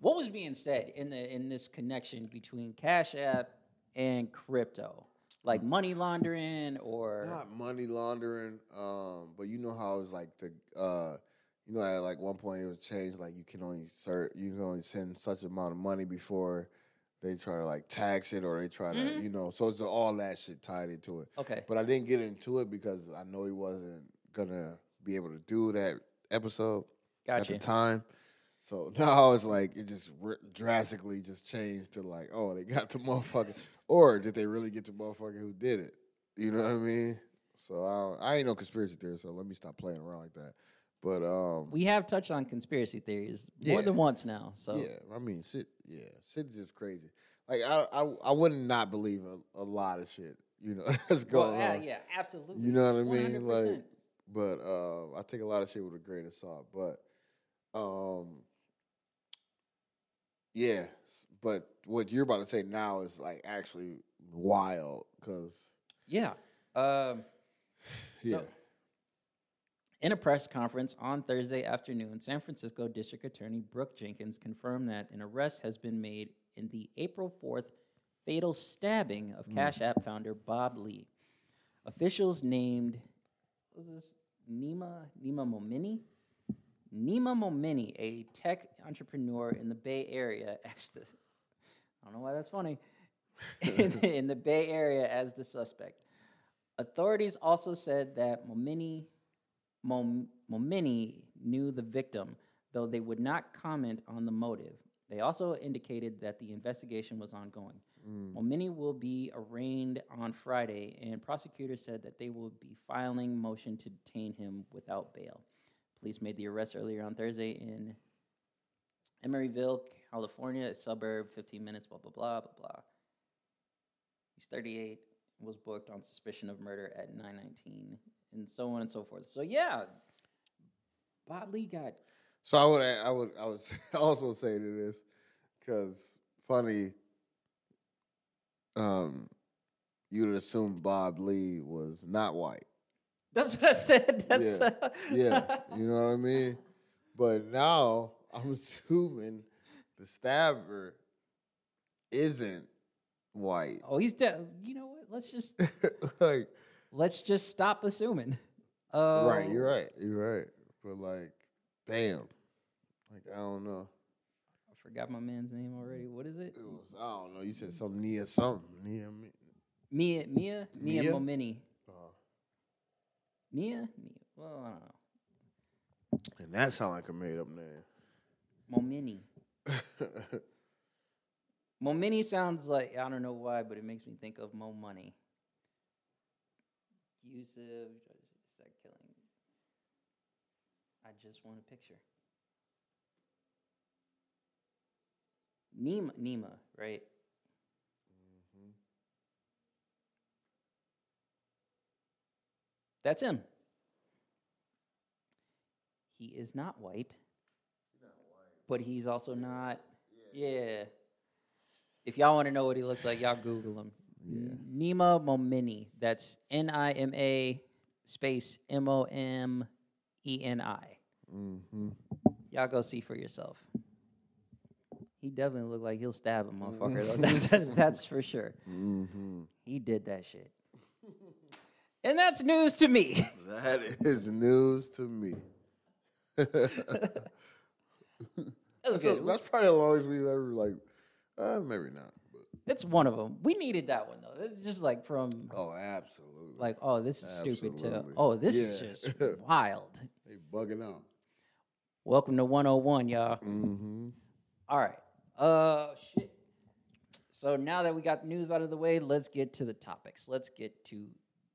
Speaker 1: What was being said in the in this connection between Cash App and crypto? Like money laundering or
Speaker 2: Not money laundering, um, but you know how it's like the uh you know at like one point it was changed like you can only serve, you can only send such amount of money before they try to like tax it or they try to
Speaker 1: Mhm.
Speaker 2: you know so it's all that shit tied into it.
Speaker 1: Okay.
Speaker 2: But I didn't get into it because I know he wasn't gonna be able to do that episode at
Speaker 1: Gotcha.
Speaker 2: the time. So now it's like it just r drastically just changed to like, oh, they got the motherfucker, or did they really get the motherfucker who did it? You know what I mean? So I, don't- I ain't no conspiracy theorist, so let me stop playing around like that. But um,
Speaker 1: We have touched on conspiracy theories more
Speaker 2: Yeah.
Speaker 1: than once now. So
Speaker 2: yeah, I mean, shit, yeah, shit's just crazy. Like I, I, I wouldn't not believe a, a lot of shit. You know, that's
Speaker 1: Well,
Speaker 2: going
Speaker 1: yeah,
Speaker 2: on.
Speaker 1: yeah, absolutely.
Speaker 2: You know what I mean?
Speaker 1: 100%.
Speaker 2: Like, but uh, I take a lot of shit with a grain of salt. But, um, yeah. But what you're about to say now is like actually wild because
Speaker 1: yeah. Um,
Speaker 2: yeah,
Speaker 1: So- In a press conference on Thursday afternoon, San Francisco District Attorney Brooke Jenkins confirmed that an arrest has been made in the April 4th fatal stabbing of Cash App founder Bob Lee. Officials named what was this Nima Nima Momini? Nima Momini, a tech entrepreneur in the Bay Area, as the I don't know why that's funny. in, the- in the Bay Area as the suspect. Authorities also said that Momini Mom- Momini knew the victim, though they would not comment on the motive. They also indicated that the investigation was ongoing.
Speaker 2: Mm.
Speaker 1: Momini will be arraigned on Friday, and prosecutors said that they will be filing motion to detain him without bail. Police made the arrest earlier on Thursday in Emeryville, California, a suburb, 15 minutes, blah, blah, blah, blah, blah. He's 38, was booked on suspicion of murder at 919, and so on and so forth. So, yeah, Bob Lee got.
Speaker 2: So I would, I would, I would also say to this, because funny, um, you'd assume Bob Lee was not white.
Speaker 1: That's what I said. That's
Speaker 2: Yeah, Yeah, you know what I mean. But now I'm assuming the stabber isn't white.
Speaker 1: oh, he's dead. You know what? Let's just
Speaker 2: like,
Speaker 1: let's just stop assuming.
Speaker 2: right?
Speaker 1: Um,
Speaker 2: You're right. You're right. But like, damn. Like I don't know.
Speaker 1: I forgot my man's name already. What is it?
Speaker 2: It was, I don't know. You said something near something near me.
Speaker 1: Mia, Mia, Mia,
Speaker 2: Mia?
Speaker 1: Momini.
Speaker 2: Uh,
Speaker 1: Mia, Mia. Well, I don't know.
Speaker 2: and that sound like a made up name.
Speaker 1: Momini. Momini sounds like I don't know why, but it makes me think of Mo Money. Yusuf, is that killing? I just want a picture. Nima, Nima, right? That's him. He is not white, but he's also not. yeah. If y'all want to know what he looks like, y'all Google him. Nima Momini. That's N I M A space M O M E N I.
Speaker 2: mm-hmm.
Speaker 1: Y'all go see for yourself. He definitely looked like he'll stab a motherfucker, though. That's, that's for sure.
Speaker 2: Mm-hmm.
Speaker 1: He did that shit. And that's news to me.
Speaker 2: That is news to me.
Speaker 1: That's
Speaker 2: That's, a-
Speaker 1: good.
Speaker 2: that's probably the longest we've ever like. Uh, maybe not. But,
Speaker 1: It's one of them. We needed that one, though. It's just like from,
Speaker 2: oh, absolutely.
Speaker 1: like, oh, this is stupid, to,
Speaker 2: Absolutely.
Speaker 1: oh, this
Speaker 2: Yeah.
Speaker 1: is just wild.
Speaker 2: they bugging out.
Speaker 1: Welcome to 101, y'all.
Speaker 2: Mm-hmm.
Speaker 1: All right. Uh, shit. So now that we got the news out of the way, let's get to the topics. Let's get to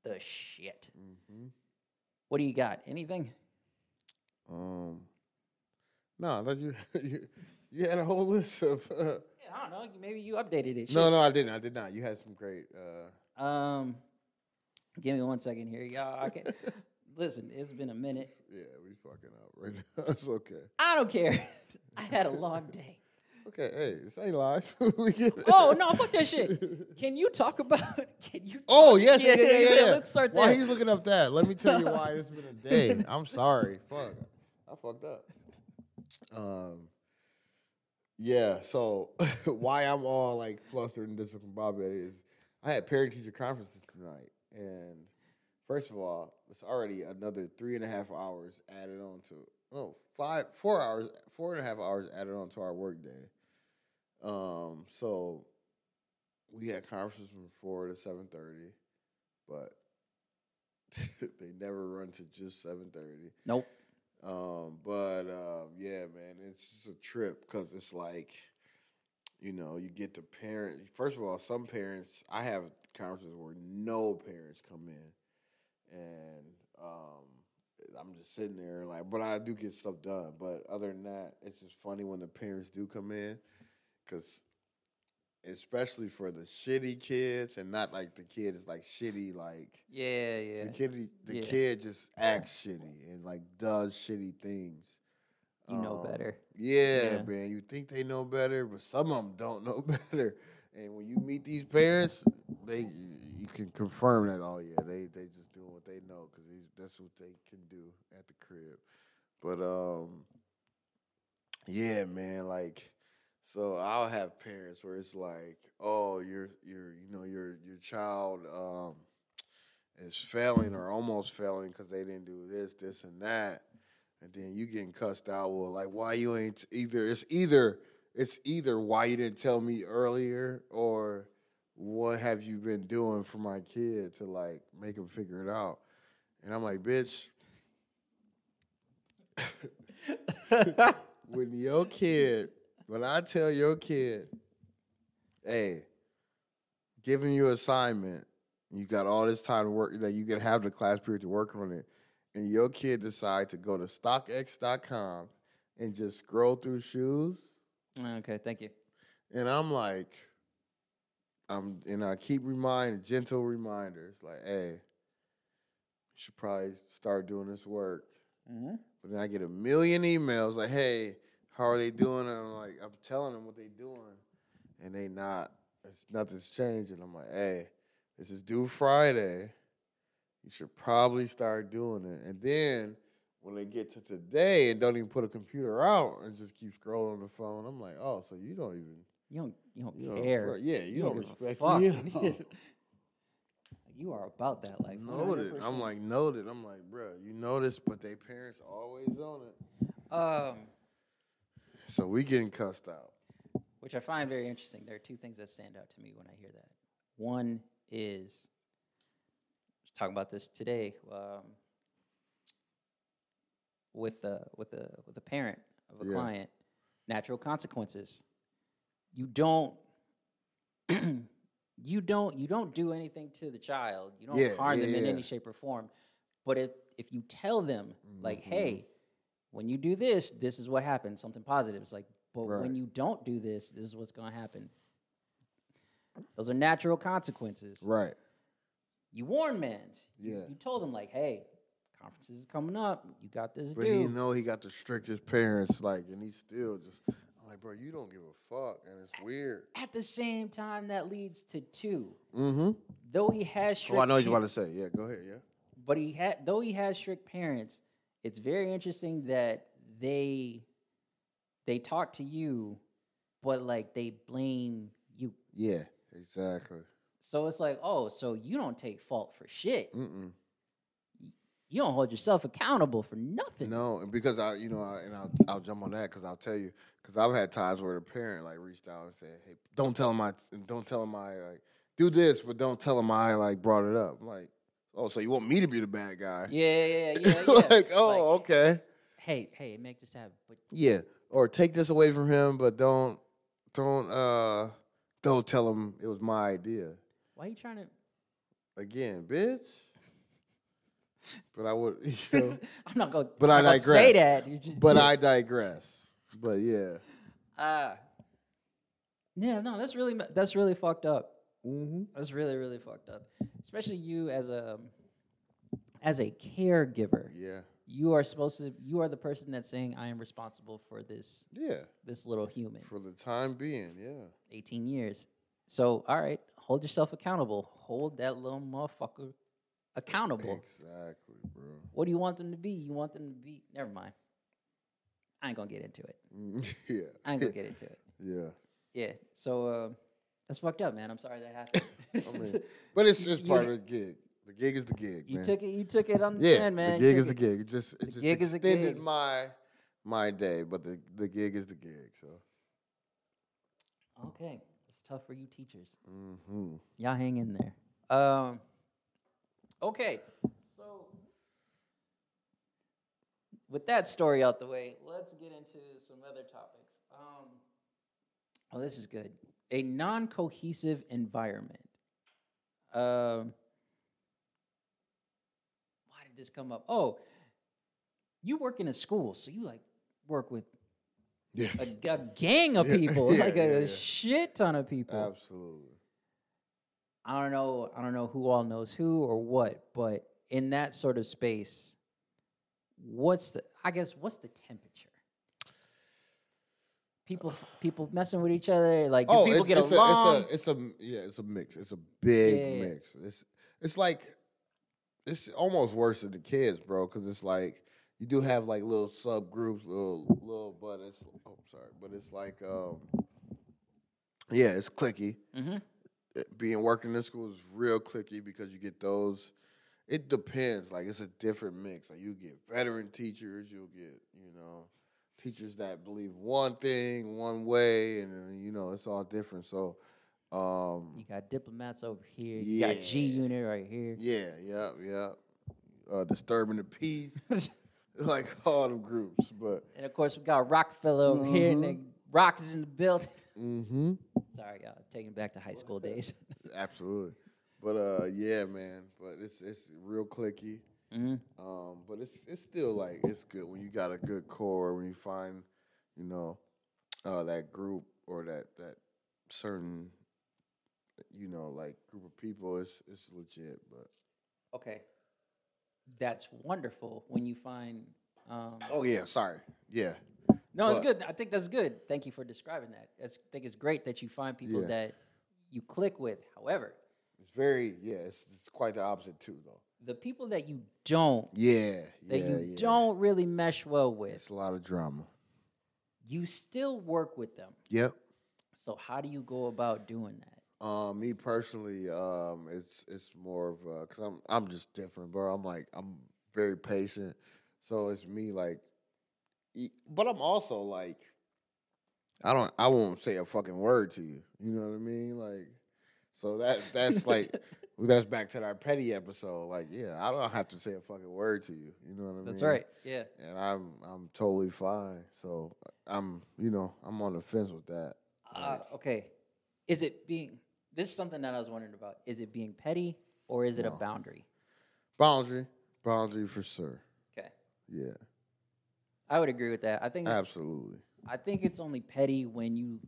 Speaker 1: the shit.
Speaker 2: Mm-hmm.
Speaker 1: What do you got? Anything?
Speaker 2: Um. No, I thought you, you you had a whole list of. Uh,
Speaker 1: Yeah, I don't know. Maybe you updated it.
Speaker 2: no, no, I didn't. I did not. You had some great. Uh,
Speaker 1: Shit. Um, give me one second here, y'all. I can listen. It's been a minute.
Speaker 2: yeah, we fucking up right now. It's okay.
Speaker 1: I don't care. I had a long day.
Speaker 2: It's okay. Hey, it's ain't live. we get it.
Speaker 1: Oh no! Fuck that shit. Can you talk about? Can you?
Speaker 2: Oh
Speaker 1: talk-
Speaker 2: yes, yeah, yeah, yeah. yeah.
Speaker 1: Let's start
Speaker 2: While
Speaker 1: there.
Speaker 2: he's looking up that, let me tell you why it's been a day. I'm sorry. Fuck, I fucked up. Um, yeah. So why I'm all like flustered and discombobulated is I had parent teacher conferences tonight, and first of all, it's already another three and a half hours added on to no five four hours four and a half hours added on to our work day. Um, so we had conferences from four to seven thirty, but they never run to just seven thirty.
Speaker 1: Nope.
Speaker 2: Um, but um, yeah, man, it's just a trip because it's like, you know, you get the parent. First of all, some parents I have conferences where no parents come in, and um, I'm just sitting there like, but I do get stuff done. But other than that, it's just funny when the parents do come in, because especially for the shitty kids and not like the kid is like shitty like
Speaker 1: Yeah, yeah.
Speaker 2: the kid the
Speaker 1: Yeah.
Speaker 2: kid just acts shitty and like does shitty things.
Speaker 1: You know
Speaker 2: Um,
Speaker 1: better.
Speaker 2: Yeah,
Speaker 1: Yeah.
Speaker 2: man. You think they know better, but some of them don't know better. And when you meet these parents, they you can confirm that. Oh yeah, they they just doing what they know because that's what they can do at the crib. But um, yeah, man. Like, so I'll have parents where it's like, oh, your your you know your your child um is failing or almost failing because they didn't do this, this, and that, and then you getting cussed out. Well, like why you ain't either? It's either it's either why you didn't tell me earlier or what have you been doing for my kid to like make him figure it out? And I'm like, bitch, when your kid, when I tell your kid, hey, giving you assignment, you got all this time to work that you can have the class period to work on it, and your kid decide to go to StockX.com and just scroll through shoes,
Speaker 1: Okay, thank you.
Speaker 2: and I'm like, I'm and I keep reminding gentle reminders like, hey, you should probably start doing this work.
Speaker 1: Mm-hmm.
Speaker 2: But then I get a million emails like, "Hey, how are they doing?" And I'm like, I'm telling them what they doing, and they not. It's nothing's changing. I'm like, "Hey, this is due Friday. You should probably start doing it." And then when they get to today and don't even put a computer out and just keep scrolling on the phone, I'm like, "Oh, so you don't even
Speaker 1: You don't you don't
Speaker 2: you don't
Speaker 1: care.
Speaker 2: fr- yeah, you,
Speaker 1: You
Speaker 2: don't,
Speaker 1: give a
Speaker 2: respect
Speaker 1: fuck.
Speaker 2: me." at all.
Speaker 1: you are about that like
Speaker 2: Noted. I'm
Speaker 1: 100%.
Speaker 2: like noted. I'm like, bruh, you noticed, but they parents always on it.
Speaker 1: um
Speaker 2: So we getting cussed out.
Speaker 1: which I find very interesting. There are two things that stand out to me when I hear that. One is I was talking about this today um, with a with a with a parent of a
Speaker 2: Yeah.
Speaker 1: client. Natural consequences. You don't. you don't. You don't do anything to the child. You don't
Speaker 2: Yeah,
Speaker 1: harm
Speaker 2: yeah,
Speaker 1: them in
Speaker 2: yeah.
Speaker 1: any shape or form. But if if you tell them like,
Speaker 2: Mm-hmm.
Speaker 1: hey, when you do this, this is what happens. Something positive. It's like, but
Speaker 2: Right.
Speaker 1: when you don't do this, this is what's going to happen. Those are natural consequences.
Speaker 2: Right.
Speaker 1: You warn mans. You-
Speaker 2: Yeah.
Speaker 1: You told them like, hey, conferences is coming up. You got this to
Speaker 2: But
Speaker 1: do.
Speaker 2: he know he got the strictest parents, like, and he still just I'm like, bro, you don't give a fuck, and it's weird.
Speaker 1: At the same time, that leads to two.
Speaker 2: Mm-hmm.
Speaker 1: Though he has strict,
Speaker 2: Oh, I know what
Speaker 1: pa-
Speaker 2: you about to say. Yeah, go ahead. Yeah.
Speaker 1: but he had though he has strict parents. It's very interesting that they they talk to you, but like they blame you.
Speaker 2: Yeah. Exactly.
Speaker 1: So it's like, oh, so you don't take fault for shit.
Speaker 2: Mm-mm.
Speaker 1: You don't hold yourself accountable for nothing.
Speaker 2: No, and because I, you know, I, and I'll, I'll jump on that because I'll tell you, because I've had times where the parent like reached out and said, "Hey, don't tell him I, don't tell him I like do this, but don't tell him I like brought it up." I'm like, oh, so you want me to be the bad guy?
Speaker 1: Yeah, yeah, yeah. yeah.
Speaker 2: like, oh,
Speaker 1: Like,
Speaker 2: okay.
Speaker 1: Hey, hey, make this happen. But
Speaker 2: Yeah, or take this away from him, but don't don't uh don't tell him it was my idea
Speaker 1: why you trying to?
Speaker 2: again, bitch. But I would, you know,
Speaker 1: I'm not going.
Speaker 2: But I
Speaker 1: to Say
Speaker 2: digress.
Speaker 1: that. It's just-
Speaker 2: but I digress. But yeah,
Speaker 1: Uh, yeah, no, that's really that's really fucked up.
Speaker 2: mm-hmm.
Speaker 1: That's really really fucked up. Especially you as a as a caregiver.
Speaker 2: yeah,
Speaker 1: You are supposed to. You are the person that's saying, "I am responsible for this
Speaker 2: yeah.
Speaker 1: this little human."
Speaker 2: For the time being, yeah,
Speaker 1: 18 years. So, all right, hold yourself accountable. Hold that little motherfucker accountable.
Speaker 2: exactly, bro.
Speaker 1: What do you want them to be? You want them to be. Never mind. I ain't gonna get into it.
Speaker 2: Mm, yeah,
Speaker 1: I ain't gonna get into it.
Speaker 2: yeah.
Speaker 1: Yeah. So uh, that's fucked up, man. I'm sorry that happened.
Speaker 2: I mean, but it's
Speaker 1: You-
Speaker 2: just
Speaker 1: you-
Speaker 2: part of the gig. The gig is the gig,
Speaker 1: you
Speaker 2: man.
Speaker 1: took it. You took it on the
Speaker 2: Yeah,
Speaker 1: chin, man.
Speaker 2: the
Speaker 1: You
Speaker 2: gig
Speaker 1: took
Speaker 2: is the
Speaker 1: it.
Speaker 2: gig. It just it just
Speaker 1: gig is the
Speaker 2: extended
Speaker 1: gig.
Speaker 2: my my day, but the the gig is the gig. So
Speaker 1: Okay, it's tough for you teachers.
Speaker 2: mm-hmm.
Speaker 1: Y'all hang in there. Um. Okay. So. With that story out the way, let's get into some other topics. Um, oh, this is good. A non-cohesive environment. Um, why did this come up? Oh, you work in a school, so you like work with
Speaker 2: Yeah.
Speaker 1: a, g- a gang of
Speaker 2: Yeah,
Speaker 1: people,
Speaker 2: yeah,
Speaker 1: like a,
Speaker 2: yeah, yeah.
Speaker 1: shit ton of people.
Speaker 2: Absolutely.
Speaker 1: I don't know. I don't know who all knows who or what, but in that sort of space, what's the? I guess what's the temperature? People, people messing with each other. Like, do people
Speaker 2: Oh, it-
Speaker 1: get
Speaker 2: it's
Speaker 1: along?
Speaker 2: A, it's a, it's a, yeah, it's a mix. It's a big
Speaker 1: Yeah, yeah.
Speaker 2: mix. It's, it's like, it's almost worse than the kids, bro, because it's like you do have like little subgroups, little, little, but it's, oh, sorry, but it's like, um, yeah, it's clicky.
Speaker 1: Mhm.
Speaker 2: it- being working in school is real clicky because you get those. It depends. Like it's a different mix. Like you get veteran teachers, you'll get you know teachers that believe one thing one way, and then, you know it's all different. So,
Speaker 1: You
Speaker 2: um,
Speaker 1: got diplomats over here. You got G
Speaker 2: Yeah.
Speaker 1: Unit right here.
Speaker 2: yeah, yeah, yeah. Uh, disturbing the peace, like all the groups, but
Speaker 1: And of course, we got Rockefeller over here. And then Rock is in the building.
Speaker 2: mm-hmm.
Speaker 1: Sorry, y'all. Taking it back to high school days.
Speaker 2: absolutely. But uh, yeah, man. But it's it's real clicky.
Speaker 1: Mhm.
Speaker 2: Um, but it's it's still like it's good when you got a good core when you find, you know, uh, that group or that that certain, you know, like group of people. It's it's legit, but
Speaker 1: Okay. That's wonderful when you find. Um,
Speaker 2: oh yeah, sorry, yeah,
Speaker 1: no, it's
Speaker 2: but-
Speaker 1: good. I think that's good. Thank you for describing that. That's, I think it's great that you find people
Speaker 2: Yeah.
Speaker 1: that you click with. However,
Speaker 2: it's very yeah, it's, it's quite the opposite too though.
Speaker 1: the people that you don't,
Speaker 2: Yeah,
Speaker 1: that
Speaker 2: yeah,
Speaker 1: you
Speaker 2: yeah.
Speaker 1: don't really mesh well with,
Speaker 2: It's a lot of drama.
Speaker 1: you still work with them.
Speaker 2: Yep.
Speaker 1: So how do you go about doing that?
Speaker 2: Um, me personally, um, it's it's more of a, cause I'm I'm just different, bro. I'm like I'm very patient, so it's me like, e- but I'm also like, I don't I won't say a fucking word to you. You know what I mean? Like, so that that's like that's back to that petty episode. Like, yeah, I don't have to say a fucking word to you. You know what I mean?
Speaker 1: That's right. Yeah.
Speaker 2: And I'm I'm totally fine. So I'm you know I'm on the fence with that.
Speaker 1: Uh, okay. Is it being this is something that I was wondering about. Is it being petty or is it a
Speaker 2: No.
Speaker 1: boundary?
Speaker 2: Boundary, boundary for sure.
Speaker 1: Okay.
Speaker 2: Yeah,
Speaker 1: I would agree with that. I think it's,
Speaker 2: absolutely.
Speaker 1: I think it's only petty when you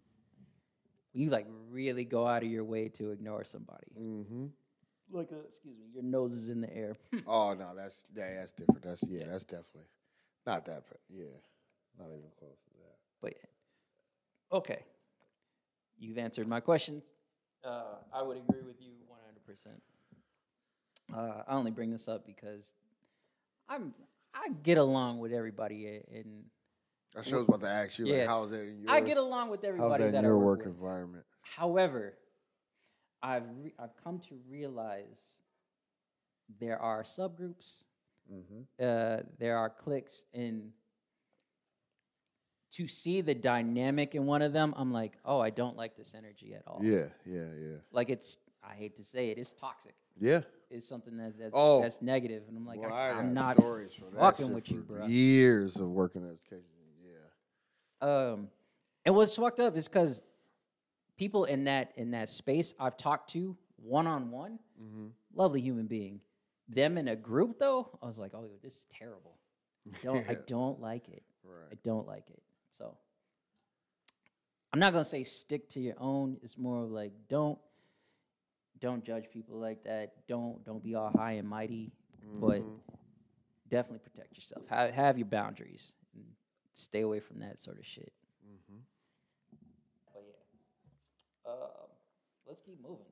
Speaker 1: when you like really go out of your way to ignore somebody.
Speaker 2: Mm-hmm.
Speaker 1: Like a, excuse me, your nose is in the air.
Speaker 2: Oh no, that's that, that's different. That's yeah, that's definitely not that. But yeah, not even close to that.
Speaker 1: But okay. You've answered my questions. Uh, I would agree with you 100%. Uh, I only bring this up because I'm I get along with everybody i- in
Speaker 2: I sure was about to ask you, like,
Speaker 1: Yeah.
Speaker 2: how's that in your?
Speaker 1: I get along with
Speaker 2: how's
Speaker 1: everybody
Speaker 2: that
Speaker 1: that,
Speaker 2: in
Speaker 1: I
Speaker 2: your
Speaker 1: work
Speaker 2: work
Speaker 1: with.
Speaker 2: environment?
Speaker 1: However, I've re- I've come to realize there are subgroups,
Speaker 2: Mm-hmm.
Speaker 1: uh, there are cliques, and to see the dynamic in one of them, I'm like, oh, I don't like this energy at all.
Speaker 2: Yeah, yeah, yeah,
Speaker 1: like it's I hate to say it, it's toxic.
Speaker 2: yeah.
Speaker 1: It's something that that's
Speaker 2: Oh.
Speaker 1: that's negative, and I'm like,
Speaker 2: Well,
Speaker 1: I,
Speaker 2: I
Speaker 1: am not
Speaker 2: got stories for that
Speaker 1: fucking
Speaker 2: shit
Speaker 1: with you,
Speaker 2: for
Speaker 1: bro.
Speaker 2: Years of working at education. Yeah.
Speaker 1: Um, and what's fucked up is because people in that in that space I've talked to one on one,
Speaker 2: Mm-hmm.
Speaker 1: lovely human being. Them in a group though, I was like, oh, this is terrible. I Don't I
Speaker 2: Yeah.
Speaker 1: don't like it. I
Speaker 2: Right.
Speaker 1: don't like it. So I'm not gonna say stick to your own. It's more of like don't don't judge people like that. Don't don't be all high and mighty, but
Speaker 2: Mhm.
Speaker 1: definitely protect yourself. Have have your boundaries. And stay away from that sort of shit.
Speaker 2: Mhm.
Speaker 1: But Oh, yeah, Um let's keep moving.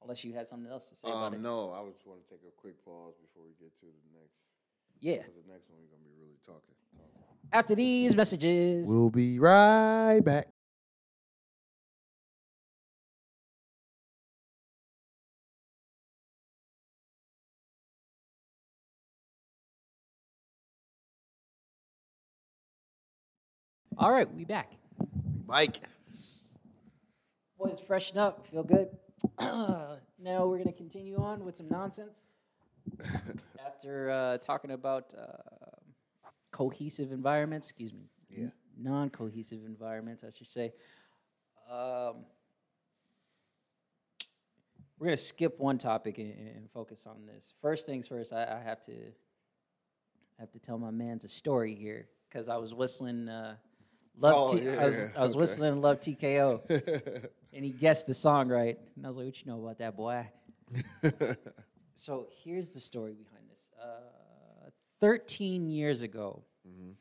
Speaker 1: Unless you had something else to say about it.
Speaker 2: Um, no, I just want to take a quick pause before we get to the next.
Speaker 1: Yeah.
Speaker 2: Because the next one we're gonna be really talking. talking.
Speaker 1: After these messages.
Speaker 2: We'll be right back.
Speaker 1: all right, we back.
Speaker 2: Mike.
Speaker 1: Boys, freshen up. Feel good. now we're gonna continue on with some nonsense. After uh, talking about uh, cohesive environments, excuse me,
Speaker 2: Yeah.
Speaker 1: non-cohesive environments, I should say. Um, we're gonna skip one topic and, and focus on this. First things first, I, I have to I have to tell my man's a story here because I was whistling uh, Love.
Speaker 2: Oh,
Speaker 1: T- I was,
Speaker 2: yeah,
Speaker 1: I was
Speaker 2: okay.
Speaker 1: whistling Love TKO, and he guessed the song right. And I was like, "What you know about that boy?" so here's the story behind this. Uh, 13 years ago,
Speaker 2: Mm-hmm.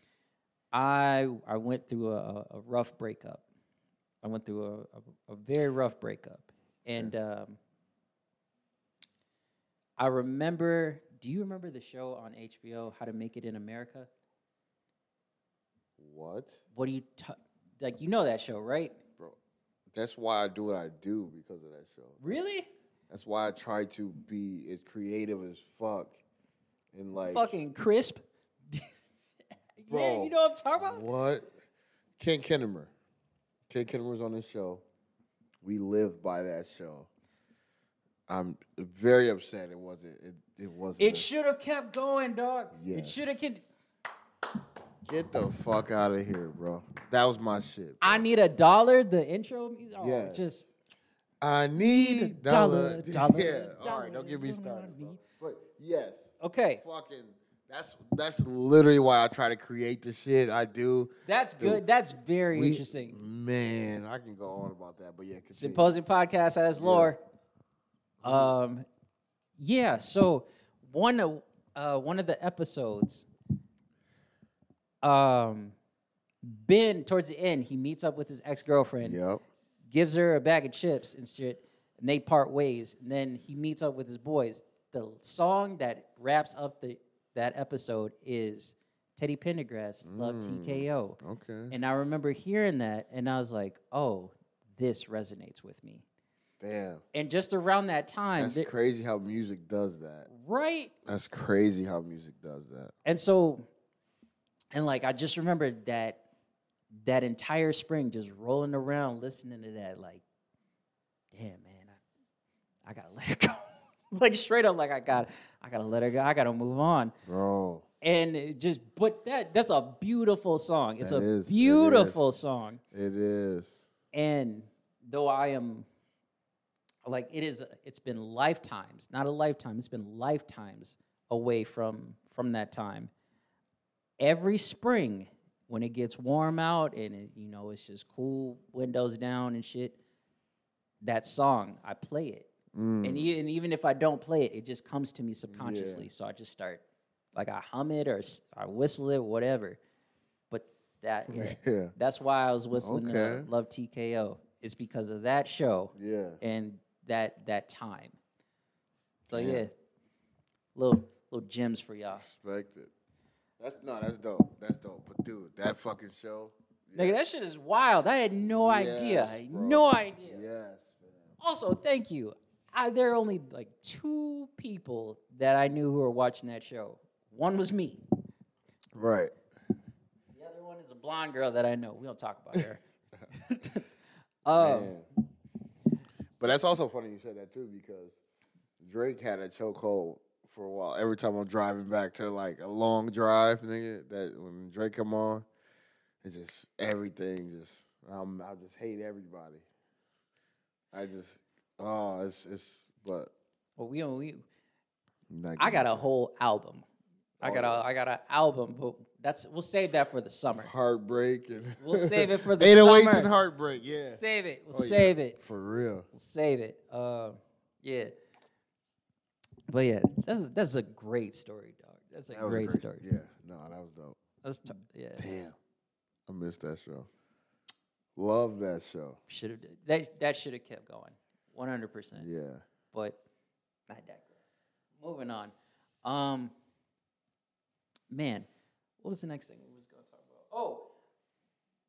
Speaker 1: I I went through a, a- a rough breakup. I went through a, a, a very rough breakup, and um, I remember. Do you remember the show on HBO, How to Make It in America?
Speaker 2: What?
Speaker 1: What do you t- like? You know that show, right?
Speaker 2: Bro, that's why I do what I do because of that show.
Speaker 1: Really?
Speaker 2: That's why I try to be as creative as fuck. And like,
Speaker 1: Fucking crisp. yeah,
Speaker 2: Bro,
Speaker 1: you know what I'm talking about.
Speaker 2: what? Ken Kinnemer. Ken Kinnemer's on this show. We live by that show. I'm very upset it wasn't. It, it wasn't.
Speaker 1: It
Speaker 2: a-
Speaker 1: should have kept going, dog. It
Speaker 2: Yes.
Speaker 1: should have. Con-
Speaker 2: Get the fuck out of here, bro. That was my shit.
Speaker 1: I need a dollar. The intro. mu- Oh,
Speaker 2: Yeah.
Speaker 1: Just
Speaker 2: I need
Speaker 1: dollar,
Speaker 2: dollar.
Speaker 1: dollar,
Speaker 2: yeah. All
Speaker 1: dollar
Speaker 2: right, don't
Speaker 1: is
Speaker 2: get me
Speaker 1: what I
Speaker 2: started, bro.
Speaker 1: need.
Speaker 2: But yes,
Speaker 1: okay.
Speaker 2: fucking. That's that's literally why I try to create the shit I do.
Speaker 1: That's good. That's very
Speaker 2: We-
Speaker 1: interesting.
Speaker 2: Man, I can go on about that, but yeah, continue.
Speaker 1: Symposium podcast has lore. Um, yeah. So one of uh, one of the episodes, um, Ben towards the end, he meets up with his ex girlfriend,
Speaker 2: Yep.
Speaker 1: gives her a bag of chips and shit, and they part ways. And then he meets up with his boys. The song that wraps up the that episode is Teddy Pendergrass, Love TKO.
Speaker 2: Okay.
Speaker 1: And I remember hearing that, and I was like, "Oh, this resonates with me."
Speaker 2: Damn.
Speaker 1: And just around that time,
Speaker 2: That's
Speaker 1: there-
Speaker 2: crazy how music does that.
Speaker 1: right?
Speaker 2: That's crazy how music does that.
Speaker 1: And so, and like I just remember that that entire spring, just rolling around listening to that, like, damn man, I, I gotta let it go. like straight up, like I got, to I gotta let her go. I gotta move on.
Speaker 2: Bro,
Speaker 1: And it just, but that that's a beautiful song. It's
Speaker 2: That
Speaker 1: a
Speaker 2: is- it is.
Speaker 1: beautiful song.
Speaker 2: it is.
Speaker 1: and though i am like it is it's been lifetimes not a lifetime it's been lifetimes away from from that time every spring when it gets warm out and it, you know it's just cool windows down and shit that song i play it
Speaker 2: Mm.
Speaker 1: and, e- and even if i don't play it it just comes to me subconsciously so i just start like i hum it or s- i whistle it whatever but that
Speaker 2: Yeah.
Speaker 1: that's why I was whistling uh,
Speaker 2: Okay.
Speaker 1: Love TKO. It's because of that show
Speaker 2: Yeah.
Speaker 1: and that that time. So yeah, little little gems for y'all.
Speaker 2: Respect it. That's no, that's dope. That's dope. But dude, that fucking show.
Speaker 1: Nigga, that shit is wild. I had no idea.
Speaker 2: Yes,
Speaker 1: I had
Speaker 2: bro.
Speaker 1: no idea.
Speaker 2: Yes, man.
Speaker 1: Also, thank you. I, there are only like two people that I knew who were watching that show. One was me.
Speaker 2: Right.
Speaker 1: The other one is a blonde girl that I know. We don't talk about her. Oh,
Speaker 2: Man. But that's also funny you said that too because Drake had a chokehold for a while. Every time I'm driving back to like a long drive, nigga, that when Drake come on, it's just everything. Just I'm, I just hate everybody. I just oh, it's it's but
Speaker 1: well, we don't. We,
Speaker 2: not
Speaker 1: I
Speaker 2: gonna
Speaker 1: got a whole album. I
Speaker 2: Oh,
Speaker 1: got a I got an album, but that's we'll save that for the summer.
Speaker 2: heartbreak and
Speaker 1: We'll save it for the
Speaker 2: 808s
Speaker 1: summer.
Speaker 2: and heartbreak. Yeah,
Speaker 1: Save it. We'll
Speaker 2: Oh, yeah.
Speaker 1: save it.
Speaker 2: for real.
Speaker 1: We'll save it. Uh, yeah. But yeah, that's that's a great story, dog. That's a,
Speaker 2: That was a
Speaker 1: great, story.
Speaker 2: Yeah, no, that was dope.
Speaker 1: That's t- yeah.
Speaker 2: Damn, I missed that show. Love that show.
Speaker 1: Should have that that should have kept going, one hundred percent.
Speaker 2: Yeah.
Speaker 1: But not that. Moving on. Um, man, what was the next thing we was going to talk about? Oh,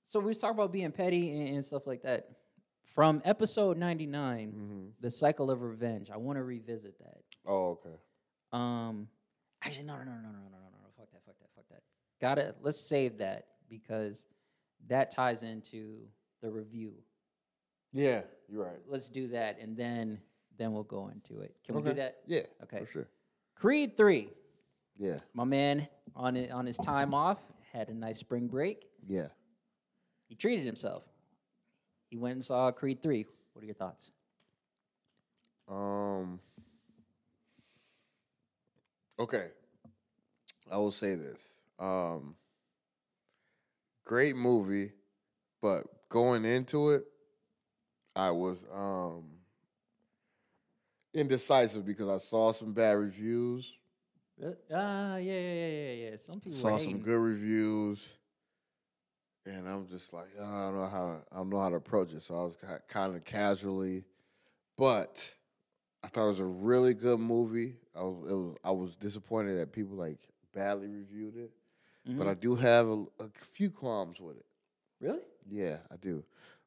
Speaker 1: so we was talking about being petty and, and stuff like that. From episode 99,
Speaker 2: Mm-hmm.
Speaker 1: the cycle of revenge. I want to revisit that.
Speaker 2: Oh, okay.
Speaker 1: Um, actually, no, no, no, no, no, no, no, no. Fuck that. Fuck that. Fuck that. Got to Let's save that because that ties into the review.
Speaker 2: Yeah, you're right.
Speaker 1: Let's do that, and then then we'll go into it. Can we do that?
Speaker 2: Yeah.
Speaker 1: Okay.
Speaker 2: For sure.
Speaker 1: Creed three.
Speaker 2: Yeah.
Speaker 1: My man on it, on his time off had a nice spring break.
Speaker 2: Yeah.
Speaker 1: He treated himself. He went and saw Creed three. What are your thoughts?
Speaker 2: Um. Okay. I will say this. Um, great movie, but going into it, I was um, indecisive because I saw some bad reviews,
Speaker 1: Ah, yeah, yeah, yeah, yeah, yeah. Some people
Speaker 2: saw
Speaker 1: were
Speaker 2: some
Speaker 1: hating.
Speaker 2: good reviews, and I'm just like, "Ah, I don't know how to, I don't know how to approach it. So I was kind of casually, but I thought it was a really good movie. I was, it was I was disappointed that people like badly reviewed it. but
Speaker 1: Mhm.
Speaker 2: I do have a, a few qualms with it.
Speaker 1: really?
Speaker 2: Yeah, I do.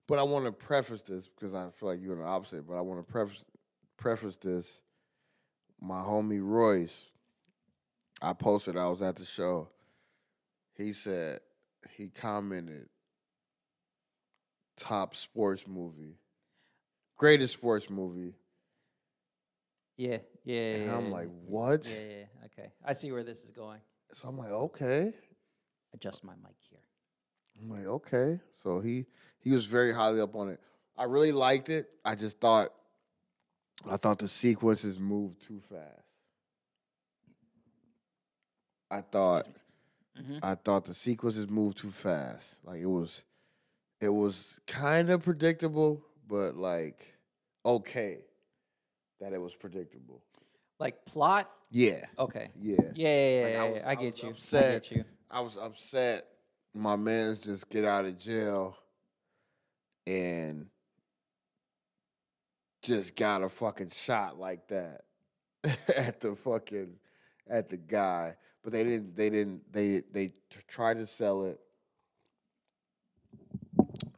Speaker 2: But I want to preface this because I feel like you're the opposite. But I want to preface preface this. My homie Royce, I posted. I was at the show. He said he commented top sports movie, greatest sports movie,
Speaker 1: Yeah, yeah.
Speaker 2: and
Speaker 1: yeah,
Speaker 2: I'm
Speaker 1: yeah,
Speaker 2: like, what?
Speaker 1: yeah, yeah. yeah. Okay, I see where this is going.
Speaker 2: So I'm like, okay.
Speaker 1: Adjust my mic here.
Speaker 2: I'm like, okay. So he he was very highly up on it. I really liked it. I just thought I thought the sequences moved too fast. I thought
Speaker 1: Mhm.
Speaker 2: I thought the sequences moved too fast. Like it was it was kind of predictable, but like okay that it was predictable.
Speaker 1: Like plot.
Speaker 2: Yeah.
Speaker 1: Okay.
Speaker 2: Yeah.
Speaker 1: Yeah, yeah, yeah.
Speaker 2: Like, I
Speaker 1: yeah,
Speaker 2: was-
Speaker 1: yeah,
Speaker 2: I
Speaker 1: I, get
Speaker 2: was
Speaker 1: you. I
Speaker 2: upset.
Speaker 1: get you.
Speaker 2: I was upset. My man's just get out of jail and just got a fucking shot like that at the fucking at the guy. But they didn't. They didn't. They they t- tried to sell it.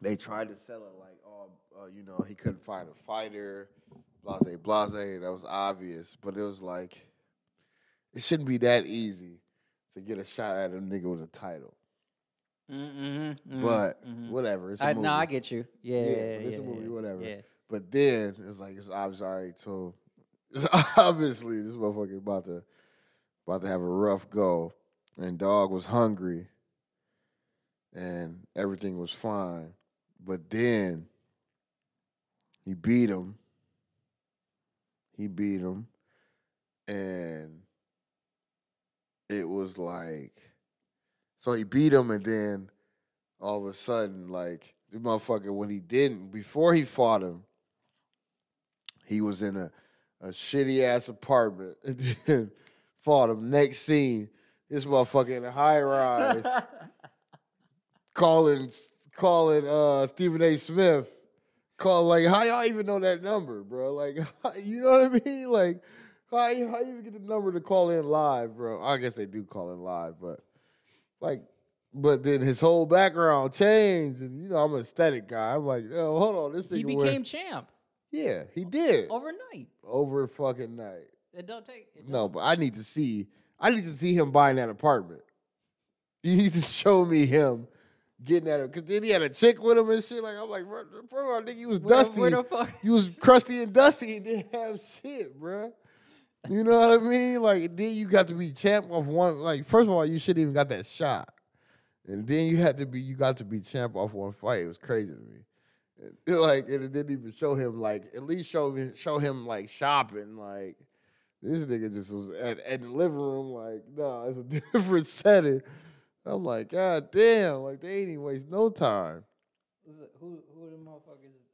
Speaker 2: They tried to sell it like, oh, uh, you know, he couldn't find a fighter, blase, blase. That was obvious, but it was like, it shouldn't be that easy to get a shot at a nigga with a title.
Speaker 1: Mm-hmm,
Speaker 2: But whatever, it's a
Speaker 1: I,
Speaker 2: movie.
Speaker 1: no, I get you. Yeah,
Speaker 2: Yeah,
Speaker 1: yeah,
Speaker 2: but it's a
Speaker 1: yeah,
Speaker 2: movie,
Speaker 1: yeah,
Speaker 2: whatever.
Speaker 1: Yeah.
Speaker 2: But then it's like it's obvious. All right, so it's obviously this motherfucker about to about to have a rough go, and dog was hungry, and everything was fine. But then he beat him. He beat him, and it was like, so he beat him, and then all of a sudden, like the motherfucker, when he didn't, before he fought him, he was in a, a shitty ass apartment and then fought him. Next scene, this motherfucker in a high rise calling calling uh Stephen A. Smith. Call like how y'all even know that number, bro? Like you know what I mean? Like how you, how you even get the number to call in live, bro? I guess they do call in live, but like but then his whole background changed, and you know I'm an aesthetic guy. I'm like, oh, hold on, this nigga.
Speaker 1: He
Speaker 2: wear-
Speaker 1: became champ
Speaker 2: yeah, he did
Speaker 1: overnight.
Speaker 2: over fucking night.
Speaker 1: It don't take. It
Speaker 2: No, but I need to see. I need to see him buying that apartment. You need to show me him getting that. Cause then he had a chick with him and shit. Like I'm like, bro, bro I think he was
Speaker 1: Where-
Speaker 2: dusty.
Speaker 1: where the fuck-
Speaker 2: He was crusty and dusty and didn't have shit, bro. You know what I mean? Like then you got to be champ off one. Like first of all, you shouldn't even got that shot. And then you had to be. You got to be champ off one fight. It was crazy to me. And, like and it didn't even show him. Like at least show me. Show him like shopping. Like this nigga just was at, at the living room like, nah, it's a different setting. I'm like, God damn, like they ain't even waste no time.
Speaker 1: Was it- Who who the motherfuckers